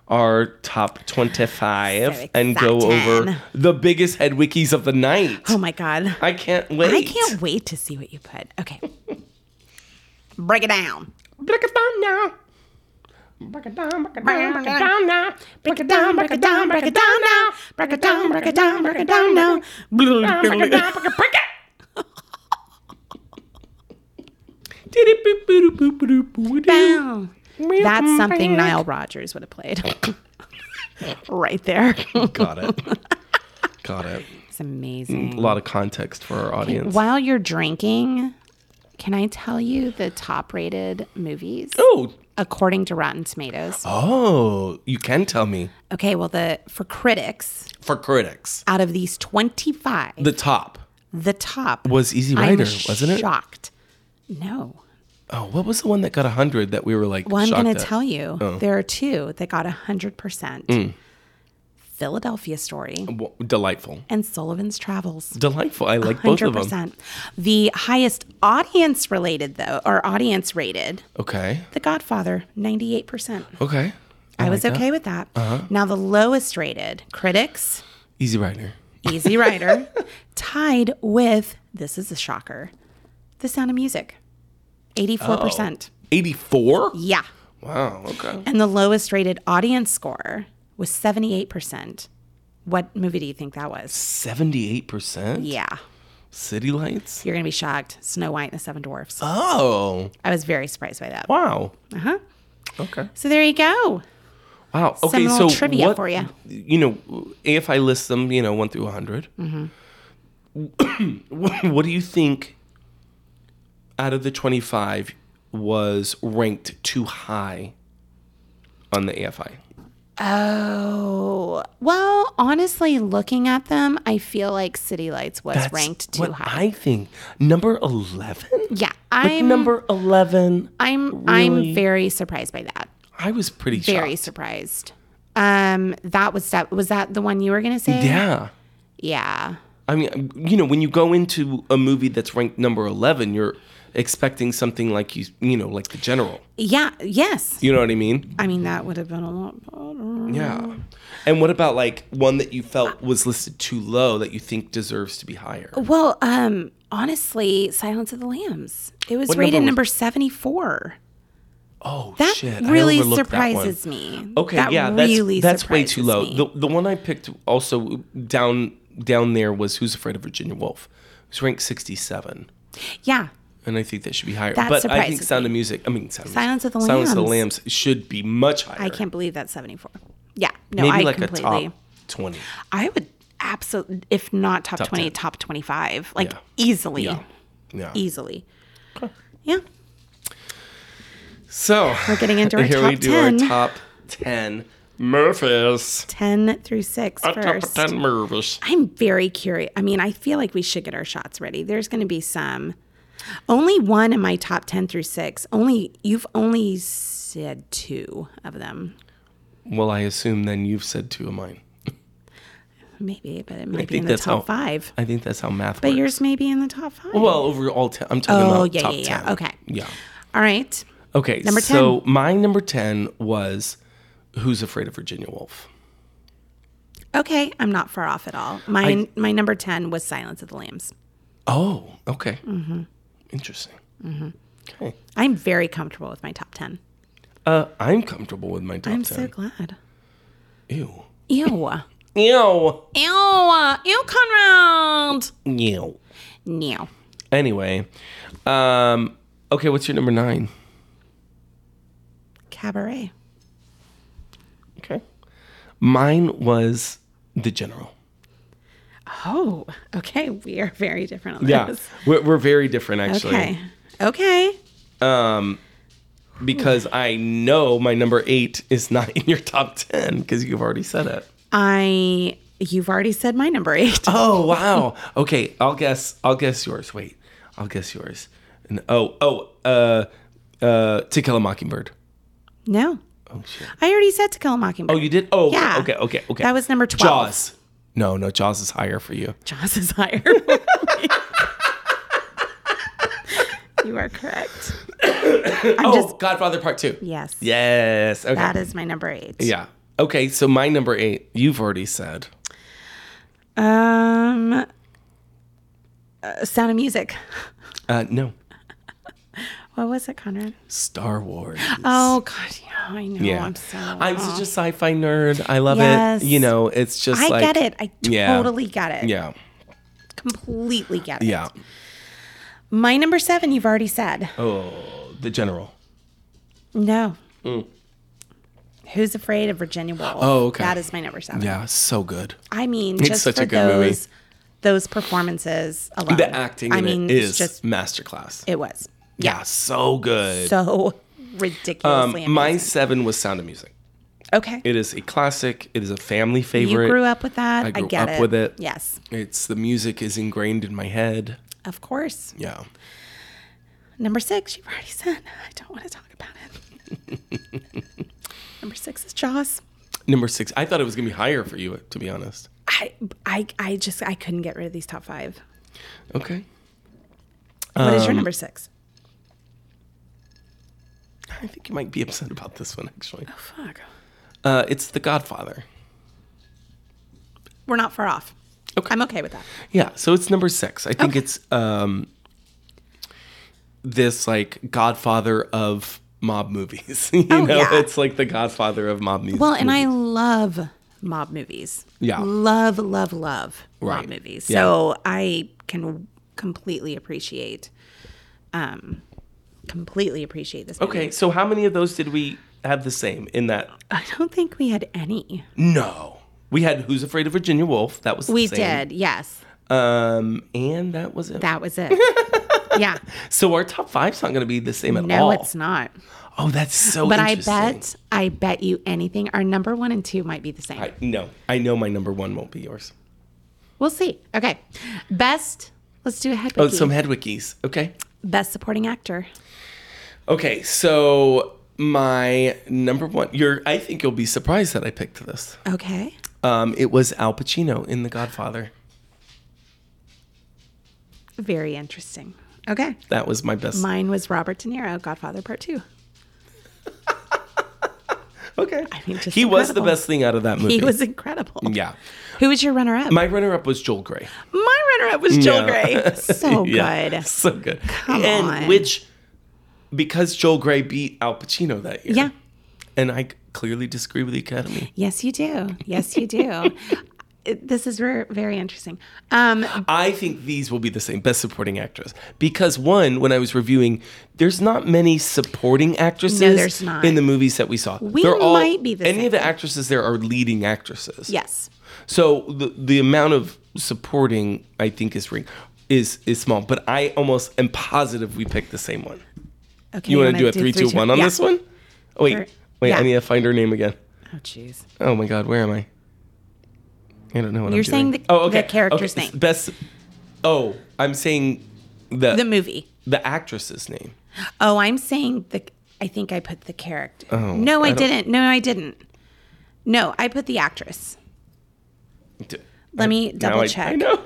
A: our top 25
B: So
A: and go
B: exciting.
A: over the biggest head wikis of the night.
B: Oh my God.
A: I can't wait.
B: I can't wait to see what you put. Okay. Break it down.
A: Break it down now. Break it down, break it down, break it down now.
B: Break it down, break it down, break it down now. Break it down, break it down, break it down now.
A: Break it down, break it, break it. Diddy-boop-boop-boop-boop-boop-boop.
B: That's something Nile Rodgers would have played. right there.
A: Got it. Got it.
B: It's
A: A
B: amazing.
A: lot of context for our audience.
B: While you're drinking, can I tell you the top rated movies
A: Oh,
B: according to Rotten Tomatoes?
A: oh, you can tell me
B: Okay, well the for critics
A: for critics.
B: out of these 25, the,
A: The top
B: top
A: was Easy
B: I'm
A: Rider, wasn't it?
B: Shocked. No.
A: Oh, what was the one that got hundred that we were like?
B: Well, I'm
A: shocked
B: going
A: at? Oh.
B: to tell you there are two that got 100%.
A: Hmm.
B: Philadelphia Story
A: W- Delightful,
B: and Sullivan's Travels.
A: delightful. I like both of them.
B: 100%. The highest audience related, though, or audience rated,
A: Okay,
B: The Godfather, 98%.
A: okay.
B: I, was okay with that.
A: Uh-huh.
B: Now, the lowest rated, critics,
A: Easy Rider.
B: Easy Rider, tied with, this is a shocker, The Sound of Music,
A: Oh.
B: 84%.
A: Eighty-four.
B: Yeah.
A: Wow. Okay.
B: And the lowest rated audience score was 78%. What movie do you think that was?
A: Seventy-eight percent.
B: Yeah.
A: City Lights.
B: You're going to be shocked. Snow White and the Seven Dwarfs.
A: Oh.
B: I was very surprised by that.
A: Wow.
B: Uh huh.
A: Okay.
B: So there you go.
A: Wow. Okay.
B: Some
A: so
B: little trivia
A: what,
B: for ya.
A: You know, if I list them, you know, one through 100
B: Mm-hmm.
A: what do you think out of the twenty-five was ranked too high on the AFI?
B: Oh, well, honestly, looking at them, I feel like City Lights was
A: That's
B: ranked too
A: what
B: high.
A: I think number eleven.
B: yeah, I'm
A: number eleven. really-
B: I'm I'm very surprised by that.
A: I was pretty
B: Very
A: shocked.
B: surprised. Um, that was that was that the one you were gonna say?
A: Yeah.
B: Yeah.
A: I mean, you know, when you go into a movie that's ranked number eleven, you're expecting something like you, you know, like the general.
B: Yeah. Yes.
A: You know what I mean?
B: I mean, that would have been a lot better.
A: Yeah. And what about like one that you felt was listed too low that you think deserves to be higher?
B: Well, um, honestly, Silence of the Lambs. It was
A: What
B: rated
A: number was-
B: number seventy-four.
A: Oh
B: That
A: shit! I
B: really
A: overlooked that one.
B: surprises me.
A: Okay,
B: That
A: yeah, that's
B: really
A: that's way too
B: surprises
A: low.
B: me.
A: The the one I picked also down down there was Who's Afraid of Virginia Woolf. It's ranked sixty seven.
B: yeah.
A: And I think that should be higher.
B: That
A: but I think
B: surprises
A: Sound of Music, I mean, Sound
B: Silence
A: of
B: of
A: Music-
B: the
A: Silence of the
B: Lambs.
A: Lambs should be much higher.
B: I can't believe that's 74. Yeah. No,
A: Maybe
B: I
A: like
B: completely.
A: a top 20.
B: I would absolutely, if not top, 20,
A: 10.
B: top 25. Like
A: Yeah.
B: easily.
A: Yeah. Yeah.
B: Easily. Yeah.
A: So
B: We're getting into our
A: here
B: top
A: we do
B: 10.
A: our top ten Murphys.
B: 10 through 6
A: A top
B: first.
A: ten Murphys.
B: I'm very curious. I mean, I feel like we should get our shots ready. There's going to be some. Only one in my top 10 through 6. Only you've only said two of them.
A: Well, I assume then you've said two of mine.
B: Maybe, but it might be
A: think
B: in the
A: that's
B: top
A: how-
B: 5.
A: I think that's how math
B: But
A: works.
B: yours may be in the top 5.
A: well, overall, ten. I'm talking
B: Oh,
A: about
B: yeah,
A: top
B: yeah, yeah.
A: ten.
B: Okay.
A: Yeah.
B: All right.
A: Okay.
B: Number
A: so my number ten was "Who's Afraid of Virginia Woolf."
B: Okay, I'm not far off at all. My my number 10 was Silence of the Lambs.
A: Oh, okay. Mm-hmm. Interesting. Mm-hmm. Okay.
B: I'm very comfortable with my top 10.
A: Uh, I'm comfortable with my top
B: I'm so
A: ten.
B: glad.
A: Ew.
B: Ew.
A: Ew.
B: Ew. Ew, Conrad.
A: Ew.
B: No.
A: Anyway, um, okay. What's your number nine?
B: Cabaret.
A: Okay. Mine was the general.
B: Oh, okay. We are very different on
A: Yeah,
B: this.
A: we're, we're very different actually.
B: Okay. Okay.
A: Um, Because I know my number eight is not in your top ten because you've already said it.
B: I you've already said my number eight.
A: Oh wow. okay, I'll guess. I'll guess yours. Wait, I'll guess yours. And oh oh uh uh To Kill a Mockingbird.
B: No.
A: Oh shit.
B: I already said to kill a mockingbird.
A: Oh, you did. Oh
B: Yeah.
A: Okay okay okay.
B: That was number 12.
A: Jaws. No no Jaws is higher for you.
B: Jaws is higher. you are correct. I'm
A: oh
B: just
A: Godfather Part Two.
B: yes.
A: Yes. Okay.
B: That is my number eight.
A: yeah. Okay. So my number eight. You've already said.
B: Um uh, Sound of Music.
A: Uh no.
B: What was it, Conrad?
A: Star Wars.
B: Oh God, yeah, I know.
A: Yeah.
B: I'm so.
A: I'm such a sci-fi nerd. I love
B: Yes.
A: it. You know, it's just
B: I
A: like
B: get it. I
A: Yeah.
B: totally get it.
A: Yeah.
B: Completely get it.
A: Yeah.
B: My number seven, you've already said.
A: Oh, the general.
B: No. Who's afraid of Virginia Woolf?
A: Mm. Oh, okay.
B: That is my number seven.
A: Yeah, so good.
B: I mean,
A: It's
B: just
A: such
B: for
A: a good
B: those,
A: movie.
B: those performances alone.
A: The acting
B: Um, I
A: in
B: mean,
A: it
B: it's
A: is
B: just
A: masterclass.
B: it was
A: yeah, so good.
B: so ridiculously
A: um, my
B: amazing.
A: seven was Sound of Music.
B: Okay,
A: It is a classic. It is a family
B: you
A: favorite.
B: grew up with that.
A: I
B: I,
A: grew
B: get
A: up
B: it.
A: with it.
B: Yes,
A: It's the music is ingrained in my head.
B: of course.
A: Yeah.
B: Number six, you've already said. I don't want to talk about it. number six is Jaws.
A: Number six. I thought it was gonna be higher for you, to be honest.
B: I, I, I just I couldn't get rid of these top five.
A: Okay.
B: What is your
A: Um,
B: number six?
A: I think you might be upset about this one actually.
B: Fuck,
A: Uh, it's The Godfather.
B: we're not far off.
A: Okay.
B: I'm okay with that.
A: Yeah, so it's number six. I think it's um this like godfather of mob movies. you
B: Oh,
A: know,
B: yeah.
A: it's like the godfather of mob movies.
B: Well, and I love mob movies.
A: Yeah.
B: love, love, love
A: Right.
B: mob movies.
A: Yeah.
B: So I can completely appreciate, um, completely appreciate this. movie.
A: Okay, so how many of those did we have the same in that
B: I don't think we had any.
A: No. We had Who's Afraid of Virginia Woolf. That was the
B: We
A: same.
B: did. Yes,
A: Um and that was it.
B: that was it. yeah.
A: so our top five's not gonna be the same at
B: No,
A: all.
B: it's not.
A: Oh, that's so
B: But I
A: interesting.
B: bet, I bet you anything. Our number one and two might be the same.
A: I no. I know my number one won't be yours. Oh,
B: We'll see. Okay. Best. Let's do a head.
A: Oh, some Hedwiggies. Okay.
B: Best supporting actor.
A: Okay, so my number one, you're, I think you'll be surprised that I picked this.
B: Okay.
A: Um, it was Al Pacino in The Godfather.
B: Very interesting. Okay.
A: That was my best.
B: Mine was Robert De Niro, Godfather Part Two.
A: okay,
B: mean, just
A: he was the
B: incredible.
A: best thing out of that movie.
B: He was incredible.
A: yeah.
B: Who was your runner up? My,
A: Mm. My runner-up was Joel Gray.
B: runner up was Joel
A: Yeah.
B: Gray. So
A: Yeah,
B: Oh, good.
A: so good.
B: Come
A: and
B: on.
A: which, because Joel Gray beat Al Pacino that year.
B: Yeah.
A: and I clearly disagree with the Academy.
B: Yes, you do. Yes, you do. It- this is ver- very interesting. Um,
A: I think these will be the same best supporting actress because one, when I was reviewing, there's not many supporting actresses
B: there's not.
A: in the movies that we saw.
B: We
A: They're all,
B: might be the
A: any
B: same.
A: of the actresses there are leading actresses.
B: yes.
A: So the the amount of supporting I think is ring is is small, but I almost am positive we picked the same one.
B: Okay.
A: You want to
B: wanna
A: do a three, two, one on
B: yeah.
A: this one? Oh, wait,
B: Or-
A: wait,
B: yeah.
A: I need to find her name again.
B: Oh, jeez.
A: Oh my God, where am I? I don't know what
B: You're
A: I'm
B: saying
A: doing.
B: the- the character's
A: Oh, okay.
B: name.
A: Best. Oh, I'm saying the
B: Uh, The
A: the,
B: movie.
A: actress's name.
B: Oh, I'm saying the. I think I put the character.
A: Oh,
B: no,
A: I
B: I,
A: don't-
B: didn't. No, I didn't. No, I put the actress.
A: D-
B: Let me
A: now
B: double
A: I-
B: check.
A: I know.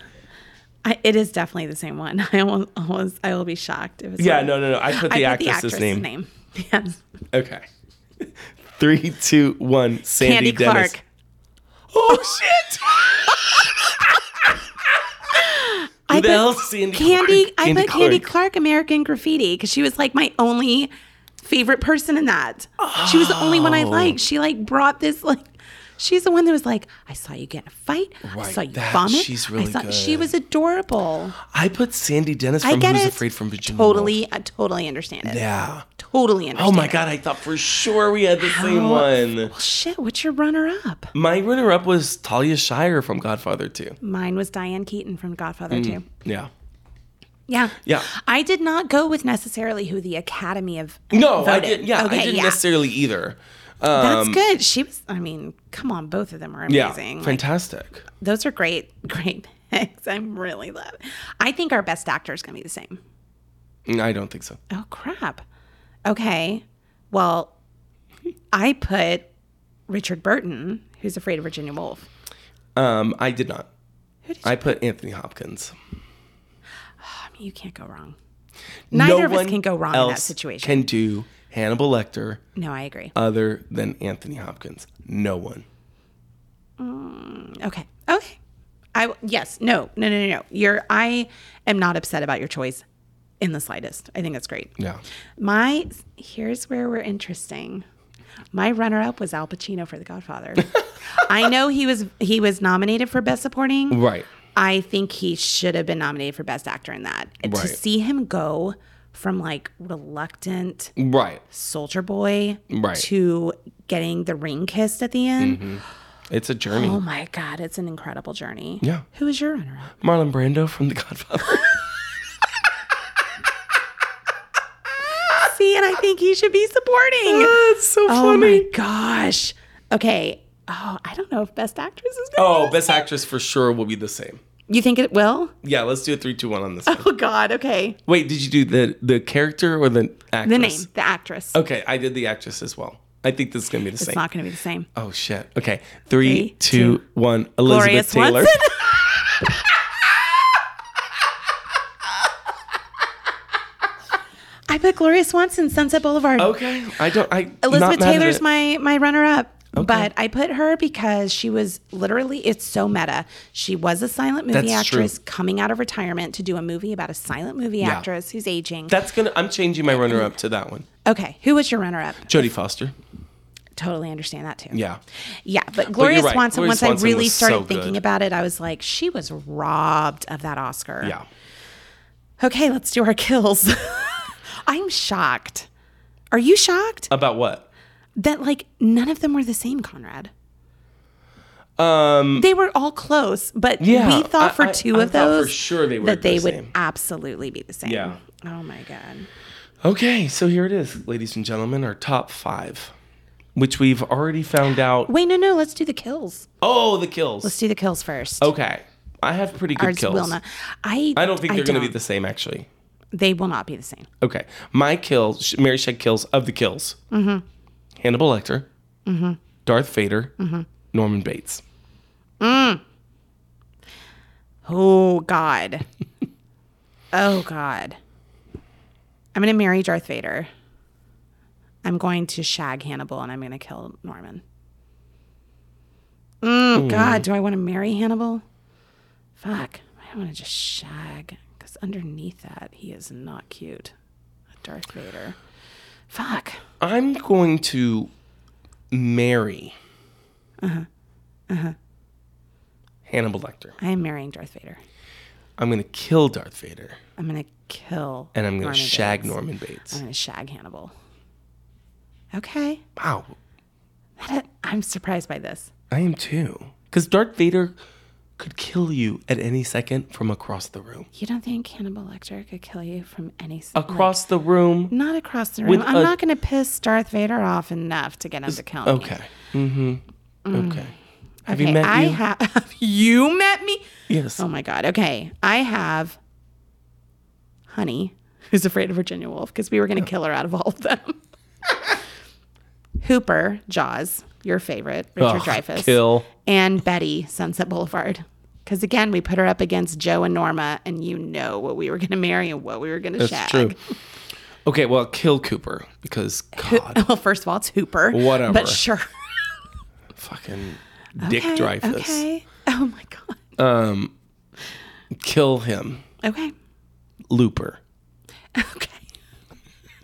B: I, it is definitely the same one. I almost, almost I will be shocked if it's
A: yeah,
B: not.
A: no, no, no. I put the,
B: I put
A: actress's, name.
B: Yes.
A: Okay. Three, two, one. Sandy
B: Candy
A: Dennis.
B: Clark.
A: Oh shit!
B: I
A: the
B: put
A: hell's Sandy
B: Candy.
A: Clark?
B: I
A: Candy
B: put Candy
A: Clark.
B: Clark American Graffiti because she was like my only favorite person in that. She was the only one I liked.
A: Oh.
B: She like brought this like. She's the one that was like, I saw you get in a fight. I
A: Right,
B: saw you
A: that-
B: vomit.
A: she's really
B: I saw, She
A: good.
B: was adorable.
A: I put Sandy Dennis
B: I
A: from
B: get
A: Who's
B: it.
A: Afraid from Virginia. Woolf.
B: Totally, I totally understand it.
A: Yeah.
B: Totally understand.
A: Oh my
B: it.
A: god, I thought for sure we had the same
B: How-
A: one.
B: Well, shit. What's your runner up?
A: My runner up was Talia Shire from Godfather 2.
B: Mine was Diane Keaton from Godfather
A: Mm.
B: Two.
A: Yeah.
B: Yeah.
A: Yeah.
B: I did not go with necessarily who the Academy of
A: No, I
B: voted.
A: didn't. Yeah, I
B: Okay,
A: didn't
B: yeah.
A: necessarily either.
B: That's good. She was. I mean, come on, both of them are
A: Um, Yeah.
B: amazing. Like,
A: Fantastic.
B: those are great, great picks. I'm really love. I think our best actor is going to be the same.
A: Mm, I don't think so.
B: Oh crap. Okay. Well, I put Richard Burton, who's afraid of Virginia Woolf.
A: Um, I did not.
B: Who did
A: I put Anthony Hopkins.
B: I mean, you can't go wrong. Neither
A: no
B: of us
A: one
B: can go wrong in that
A: else
B: situation.
A: Can do Hannibal Lecter
B: no, I agree.
A: other than Anthony Hopkins. No one.
B: Okay. Okay. I yes. No. No. No. No. no. You're. I am not upset about your choice, in the slightest. I think that's great.
A: Yeah.
B: My here's where we're interesting. My runner-up was Al Pacino for The Godfather. I know he was he was nominated for Best Supporting.
A: Right.
B: I think he should have been nominated for Best Actor in that. And To
A: Right.
B: see him go from like reluctant
A: Right.
B: soldier boy
A: Right. Mm-hmm.
B: to getting the ring kissed at the end.
A: It's a journey.
B: Oh my God, it's an incredible journey.
A: Yeah.
B: Who is your runner-up?
A: Marlon Brando from The Godfather.
B: See, and I think he should be supporting.
A: That's Ah, so
B: Oh
A: funny.
B: my gosh. Okay. Oh, I don't know if Best Actress is going.
A: Oh, Best Actress for sure will be the same.
B: You think it will?
A: Yeah, let's do a three, two, one on this. one.
B: Oh God. Okay.
A: Wait, did you do the the character or the actress?
B: The name, the actress.
A: Okay, I did the actress as well. I think this is gonna be the
B: It's
A: same.
B: not going to be the same.
A: oh shit. Okay, three,
B: Three,
A: two, one. Oh, Elizabeth
B: Glorious
A: Taylor.
B: Watson. I put Gloria Swanson, Sunset Boulevard.
A: okay, I don't. I
B: Elizabeth
A: not mad at
B: Taylor's
A: it.
B: my my runner up. But I put her because she was literally it's so meta. She was a silent movie
A: That's true.
B: actress coming out of retirement to do a movie about a silent movie actress who's aging.
A: That's gonna. I'm changing my runner up to that one.
B: okay, who was your runner up?
A: Jodie Foster.
B: Totally understand that too.
A: Yeah.
B: Yeah, but Gloria
A: right.
B: Swanson,
A: Gloria
B: once
A: Swanson
B: I really
A: was
B: started
A: so
B: thinking
A: good.
B: about it, I was like, she was robbed of that Oscar.
A: Yeah.
B: Okay, let's do our kills. I'm shocked. Are you shocked
A: About what?
B: that like none of them were the same, Conrad?
A: Um.
B: They were all close, but
A: Yeah,
B: we thought
A: I-
B: for
A: I-
B: two
A: I
B: of
A: thought for
B: those
A: sure they were
B: that they
A: the
B: would
A: same.
B: absolutely be the same.
A: Yeah.
B: Oh my god.
A: Okay, so here it is, ladies and gentlemen, our top five, which we've already found out.
B: Wait, no, no. Let's do the kills.
A: Oh, the kills.
B: Let's do the kills first.
A: Okay. I have pretty Oh, good
B: Ours
A: kills.
B: will not. I.
A: I don't think they're going to be
B: don't.
A: the same, actually.
B: They will not be the same.
A: Okay. My kill, Sh- Mary Shed kills of the kills mm-hmm. Hannibal Lecter, mm-hmm. Darth Vader, mm-hmm. Norman Bates.
B: Oh God. oh God. I'm gonna marry Darth Vader. I'm going to shag Hannibal and I'm gonna kill Norman. Mm, God, do I want to marry Hannibal? Fuck. I want to just shag because underneath that he is not cute. Darth Vader. Fuck.
A: I'm going to marry
B: Uh-huh.
A: Hannibal Lecter.
B: I am marrying Darth Vader.
A: I'm going to kill Darth Vader
B: I'm gonna kill.
A: and I'm going to
B: Norman
A: shag
B: Bates.
A: Norman
B: I'm
A: Bates.
B: gonna shag Hannibal. Okay.
A: Wow.
B: That- I'm surprised by this.
A: I am too. Because Darth Vader could kill you at any second from across the room.
B: You don't think Hannibal Lecter could kill you from any s- like,
A: Across the room.
B: not across the
A: With
B: room. I'm
A: a-
B: not going to piss Darth Vader off enough to get him to kill me.
A: Okay. Mm-hmm. Okay. Have
B: Mm. Okay,
A: you met
B: I
A: you?
B: ha- have you met me?
A: yes.
B: Oh my god. Okay, I have Honey, who's afraid of Virginia Woolf because we were
A: Oh.
B: going to kill her out of all of them. Hooper, Jaws, your favorite, Richard
A: Ugh,
B: Dreyfuss,
A: Kill.
B: and Betty, Sunset Boulevard. Because again, we put her up against Joe and Norma, and you know what we were going to marry and what we were going to
A: That's
B: shag.
A: true. Okay, well, kill Cooper because God,
B: Well, first of all, it's Hooper.
A: Whatever.
B: But sure.
A: fucking Dick
B: okay,
A: Dreyfus.
B: Okay. Oh my god.
A: Um, kill him,
B: Okay.
A: Looper.
B: Okay.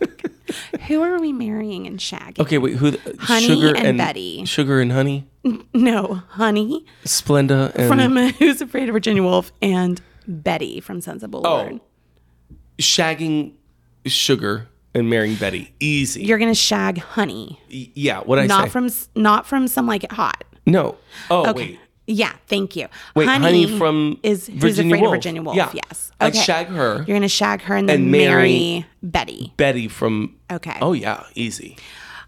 B: Who are we marrying and shagging?
A: Okay, wait, who? the-
B: Honey
A: Sugar
B: and Betty.
A: Sugar and Honey.
B: No, Honey
A: Splenda and
B: from Who's Afraid of Virginia Woolf and Betty from Sons of Boulevard.
A: Oh. shagging Sugar and marrying Betty. Easy.
B: You're gonna shag Honey,
A: Y- yeah. What I
B: not
A: say?
B: from s- not from some like it hot.
A: no. Oh wait.
B: Yeah, thank you.
A: Wait, honey, from
B: is who's
A: Virginia
B: afraid
A: Woolf.
B: of Virginia Woolf.
A: Yeah.
B: Yes.
A: Like, shag her.
B: You're gonna shag her and then
A: and marry-
B: marry Betty.
A: Betty from.
B: Okay.
A: Oh yeah, easy.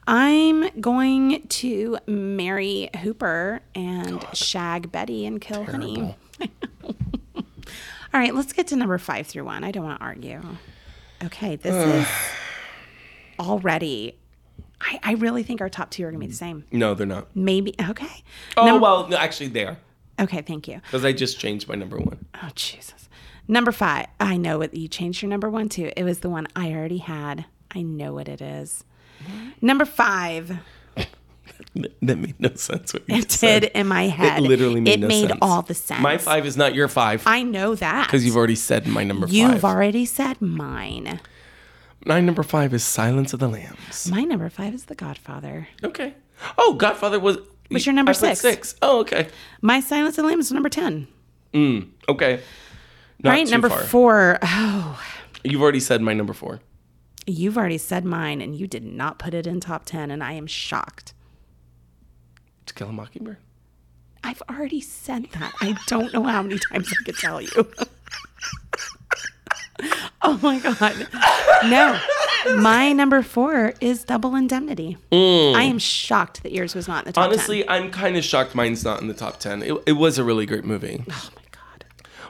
B: I'm going to marry Hooper and shag Betty and kill Honey. All right, let's get to number five through one. I don't want to argue. Okay, this is already. I, I really think our top two are going to be the same.
A: No, they're not.
B: Maybe. Okay.
A: Oh
B: Number-
A: well, no, actually they are
B: Okay, thank you.
A: because I just changed my number one.
B: Oh, Jesus. Number five. I know what you changed your number one to. It was the one I already had. I know what it is. Number five.
A: Th- That made no sense. What you
B: It
A: just
B: did
A: said.
B: in my head.
A: It literally made
B: It
A: no
B: made
A: sense.
B: all the sense.
A: My five is not your five
B: I know that.
A: because you've already said my number
B: You've
A: five.
B: already said mine.
A: my number five is Silence of the Lambs.
B: My number five is The Godfather.
A: Okay. Oh, Godfather was.
B: What's your number
A: I put
B: six?
A: Six. Oh, okay.
B: My Silence of the Lambs is number 10.
A: Okay.
B: All
A: Not
B: right,
A: too
B: number
A: far.
B: four. Oh,
A: You've already said my number four.
B: you've already said mine and you did not put it in top 10, and I am shocked.
A: To Kill a Mockingbird.
B: I've already said that. I don't know how many times I could tell you. oh my God. No. My number four is Double Indemnity. I am shocked that yours was not in the top 10.
A: Mm. Honestly, I'm kind of shocked mine's not in the top ten. It, it was a really great movie.
B: Oh my God.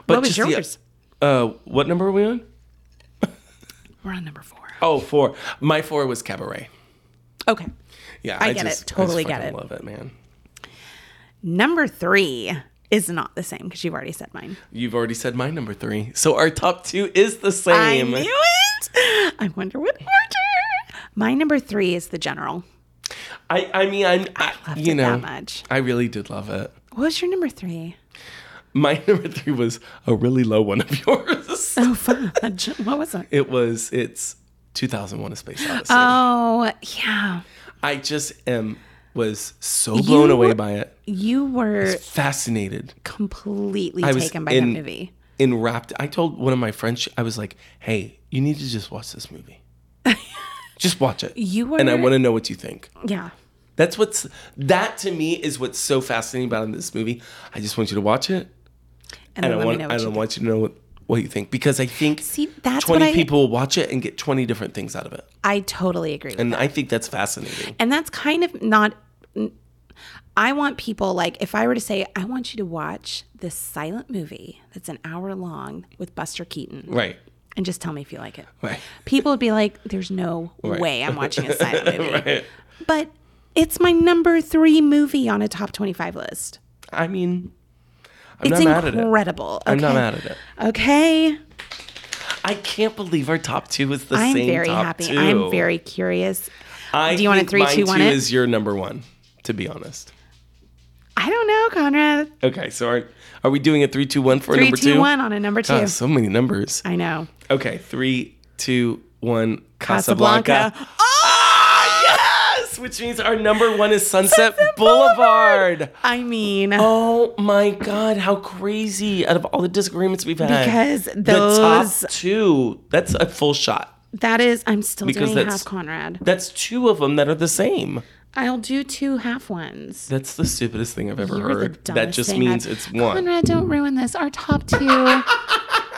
A: But
B: what was
A: just the-
B: yours?
A: uh, what number are we on?
B: We're on number four.
A: Oh, four. My four was Cabaret.
B: Okay.
A: Yeah,
B: I get it. Totally get
A: fucking
B: it.
A: Love it, man.
B: Number three is not the same because you've already said mine.
A: You've already said my number three, so our top two is the same.
B: I knew it. I wonder what order. My number three is the general.
A: I, I mean, I'm, I,
B: Loved
A: you
B: it
A: know,
B: that much.
A: I really did love it.
B: What was your number three?
A: My number three was a really low one of yours.
B: Oh, fudge. what was it?
A: It was, it's 2001: A Space Odyssey.
B: Oh, yeah.
A: I just am was so blown
B: You-
A: away by it,
B: You were
A: fascinated,
B: completely
A: was
B: taken by
A: in-
B: that movie.
A: enwrapped. I told one of my friends, I was like, "Hey, you need to just watch this movie. just watch it,
B: You were,
A: and I want to know what you think."
B: yeah.
A: That's what's that to me is what's so fascinating about this movie. I just want you to watch it, and
B: And, then
A: I
B: let
A: want
B: me
A: I
B: know what you
A: don't
B: think.
A: want you to know what, what you think because I think
B: See, that's what
A: twenty
B: I,
A: people will watch it and get twenty different things out of it,
B: I totally agree with.
A: and I think that's fascinating.
B: and that's kind of not i want people like if i were to say i want you to watch this silent movie that's an hour long with buster keaton
A: Right,
B: and just tell me if you like it
A: right,
B: people would be like there's no
A: Right.
B: way i'm watching a silent movie
A: right.
B: but it's my number three movie on a top 25 list
A: I mean, I'm
B: it's
A: not mad at it.
B: incredible
A: I'm not
B: okay.
A: mad at it.
B: okay
A: I can't believe our top two is the
B: i'm
A: same.
B: very
A: top
B: happy
A: Two.
B: i'm very curious
A: I
B: Do you want a
A: think
B: three,
A: mine
B: two, one
A: two
B: it?
A: is your number one, to be honest.
B: i don't know conrad
A: Okay, so are, are we doing a three, two, one for a
B: Three,
A: number
B: two,
A: two?
B: one on a number two
A: God, so many numbers.
B: i know
A: Okay, three, two, one. Casablanca.
B: Casablanca.
A: Ah, yes! Which means our number one is Sunset, Boulevard.
B: i mean
A: Oh my God, how crazy! Out of all the disagreements we've had,
B: Because
A: the
B: those-
A: top two, that's a full shot.
B: That is, I'm still
A: Because
B: doing
A: that's-
B: half Conrad.
A: That's two of them that are the same.
B: I'll do two half ones.
A: That's the stupidest thing I've ever
B: You're the
A: heard. That
B: dumbest
A: just
B: thing
A: means
B: I've-
A: it's one.
B: Conrad, don't ruin this. Our top two.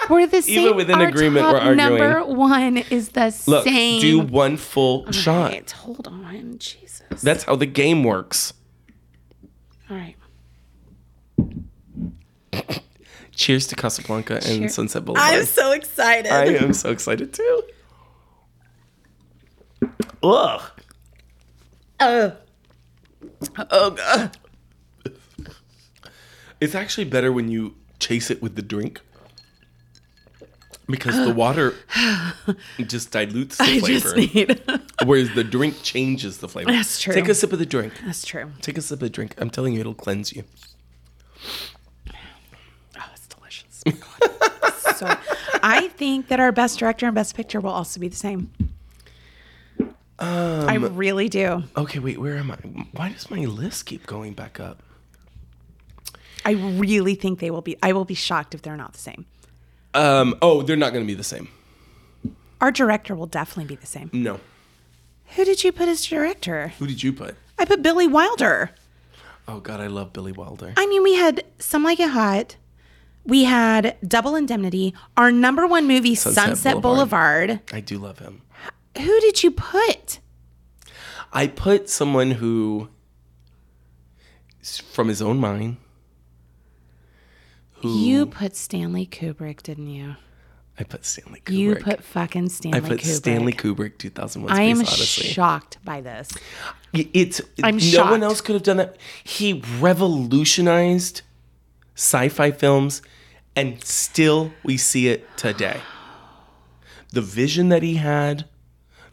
B: We're the same.
A: Even within
B: our
A: agreement,
B: top
A: we're arguing.
B: Number one is the
A: Look,
B: same.
A: do one full shot.
B: Right, hold on, Jesus.
A: That's how the game works.
B: All right.
A: Cheers to Casablanca and
B: Cheer-
A: Sunset
B: I'm
A: Boulevard.
B: so excited.
A: I am so excited too. Ugh. Uh.
B: oh,
A: Oh god. It's actually better when you chase it with the drink. Because the water just dilutes the
B: I
A: flavor.
B: just need.
A: whereas the drink changes the flavor.
B: That's true.
A: Take a sip of the drink.
B: That's true.
A: Take a sip of the drink. I'm telling you, it'll cleanse you.
B: Oh, it's delicious. so, I think that our best director and best picture will also be the same. I really do.
A: Okay, wait, where am I? Why does my list keep going back up?
B: I really think they will be. I will be shocked if they're not the same.
A: Um, oh, they're not going to be the same.
B: Our director will definitely be the same.
A: No.
B: Who did you put as director?
A: Who did you put?
B: I put Billy Wilder.
A: Oh god, I love Billy Wilder.
B: I mean, we had Some Like It Hot. We had Double Indemnity. Our number one movie, Sunset,
A: Boulevard.
B: Boulevard.
A: I do love him.
B: Who did you put?
A: I put someone who is from his own mind. Who
B: You put Stanley Kubrick, didn't you?
A: I put Stanley Kubrick.
B: You put fucking Stanley
A: I put
B: Kubrick.
A: Stanley Kubrick 2001
B: I
A: Space
B: am
A: Odyssey.
B: shocked by this.
A: I- It's
B: I'm
A: no
B: shocked.
A: one else could have done that. He revolutionized sci-fi films, and still we see it today. The vision that he had,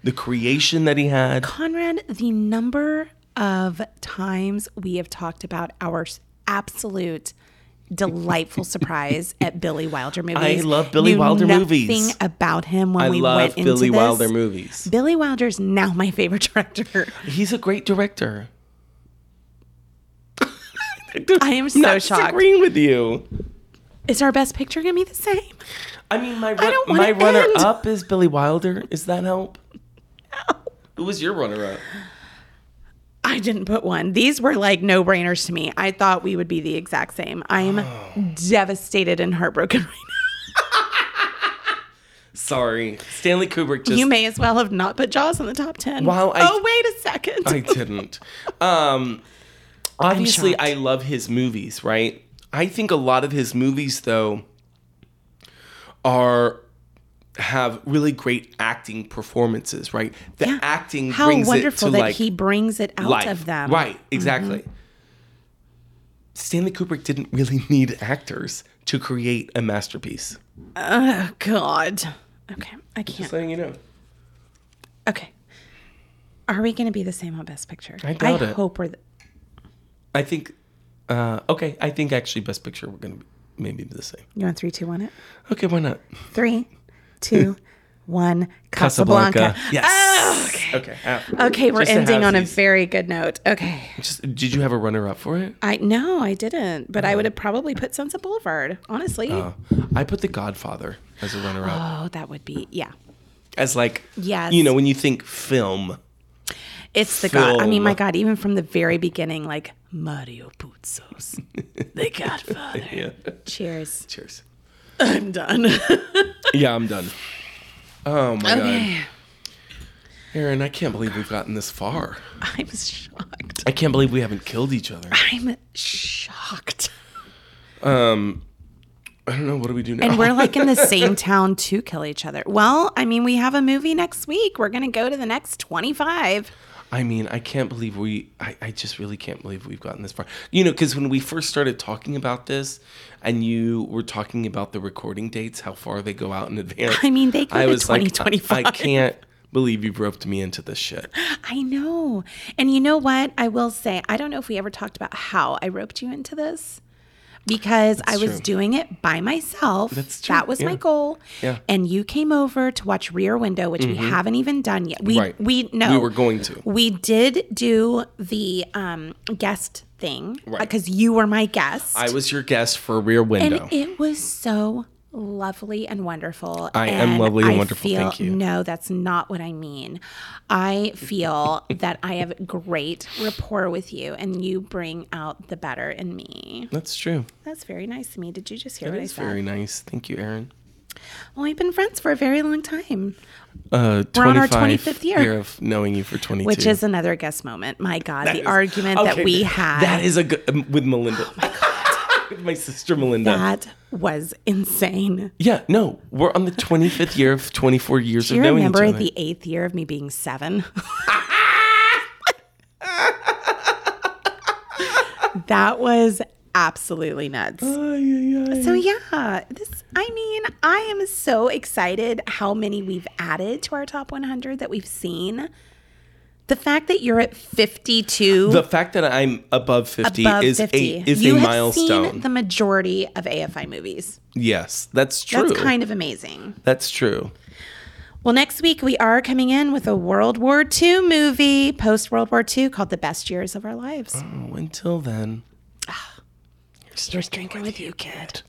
A: the creation that he had.
B: Conrad, the number of times we have talked about our s- absolute delightful surprise at Billy Wilder movies.
A: love Billy
B: Knew
A: Wilder movies.
B: Nothing about him when
A: I
B: we
A: love
B: went into
A: Billy
B: this.
A: Wilder movies.
B: Billy Wilder is now my favorite director.
A: He's a great director.
B: I am so
A: Not
B: shocked.
A: disagreeing with you.
B: Is our best picture gonna be the same?
A: I mean, my
B: I
A: run-
B: don't wanna
A: my runner
B: end.
A: up is Billy Wilder. Is that help? Who was your runner up?
B: I didn't put one. These were like no brainers to me. I thought we would be the exact same. I am
A: Oh.
B: devastated and heartbroken right now.
A: Sorry, Stanley Kubrick just
B: You may as well have not put Jaws in the top ten.
A: Wow, I-
B: oh wait a second.
A: I didn't. Um, obviously,
B: shocked.
A: I love his movies, right? I think a lot of his movies, though, are have really great acting performances, right? The
B: Yeah.
A: acting
B: How
A: brings
B: wonderful
A: it to
B: that
A: like
B: he brings it out
A: life,
B: of them. Mm-hmm.
A: right? Exactly. Stanley Kubrick didn't really need actors to create a masterpiece.
B: Oh God. Okay. I can't.
A: Just letting you know.
B: Okay. Are we gonna be the same on Best Picture?
A: I doubt it.
B: hope we're. The,
A: I think. Uh, okay, I think actually, Best Picture we're gonna be, maybe be the same.
B: you want three, two, one? It.
A: Okay, why not?
B: Three, two, one.
A: Casablanca.
B: Casablanca.
A: Yes.
B: Oh, okay.
A: Okay. uh,
B: Okay, we're
A: Just to
B: ending
A: have
B: on a
A: these.
B: very good note. Okay.
A: Just, did you have a runner up for it?
B: I no, I didn't,
A: Uh-huh.
B: but I would have probably put Sunset Boulevard. Honestly.
A: Uh, I put The Godfather as a runner up.
B: oh, that would be yeah.
A: As like,
B: Yes.
A: you know, when you think film,
B: It's the God. I mean, my
A: Film.
B: God, even from the very beginning, like Mario Puzo's The Godfather.
A: yeah.
B: Cheers.
A: Cheers.
B: I'm done.
A: Yeah, I'm done. Oh my god,
B: okay.
A: Aaron, I can't believe we've gotten this far.
B: I'm shocked.
A: I can't believe we haven't killed each other.
B: I'm shocked.
A: I don't know what do we do now.
B: And we're like in the same town to kill each other. Well, I mean, we have a movie next week. We're going to go to the next 25.
A: I mean, I can't believe we, I, I just really can't believe we've gotten this far. You know, because when we first started talking about this and you were talking about the recording dates, how far they go out in advance.
B: I mean, they go
A: I
B: to
A: was like, I- I,
B: 2025.
A: can't believe you've roped me into this shit.
B: I know. And you know what? I will say, I don't know if we ever talked about how I roped you into this because I was
A: true.
B: doing it by myself.
A: That's true,
B: That was
A: yeah.
B: my goal.
A: Yeah. Mm-hmm.
B: And you came over to watch Rear Window, which we haven't even done yet. We
A: Right.
B: we no.
A: We were going to.
B: We did do the um guest thing uh,
A: Right.
B: because you were my guest.
A: I was your guest for Rear Window.
B: and it was so lovely and wonderful.
A: I am lovely and wonderful.
B: feel-
A: Thank you.
B: No, that's not what I mean. I feel that I have great rapport with you, and you bring out the better in me.
A: That's true.
B: That's very nice of me. Did you just hear
A: That
B: what I
A: is
B: said?
A: very nice. Thank you, Aaron.
B: well, we've been friends for a very long time,
A: Uh,
B: We're on our
A: 25th
B: 25th year.
A: of knowing you for 22.
B: which is another guest moment. My God, the
A: is-
B: argument
A: okay,
B: that we had.
A: That is a good um, with Melinda. Oh my god. with my sister Melinda.
B: that was insane.
A: yeah, no, we're on the 25th year of 24 years
B: Do
A: of
B: you
A: knowing each
B: remember
A: other.
B: the eighth year of me being seven? that was absolutely nuts.
A: Ay, ay, ay.
B: So yeah, this I mean, I am so excited how many we've added to our top 100 that we've seen. The fact that you're at 52
A: the fact that I'm above 50
B: above
A: is
B: 50.
A: a is
B: you
A: a
B: have
A: milestone.
B: seen the majority of AFI movies.
A: yes, that's true.
B: That's kind of amazing.
A: That's true.
B: Well, next week we are coming in with a World War II movie, post World War II, called The Best Years of Our Lives.
A: Oh, until then.
B: Just drinking with you, kid.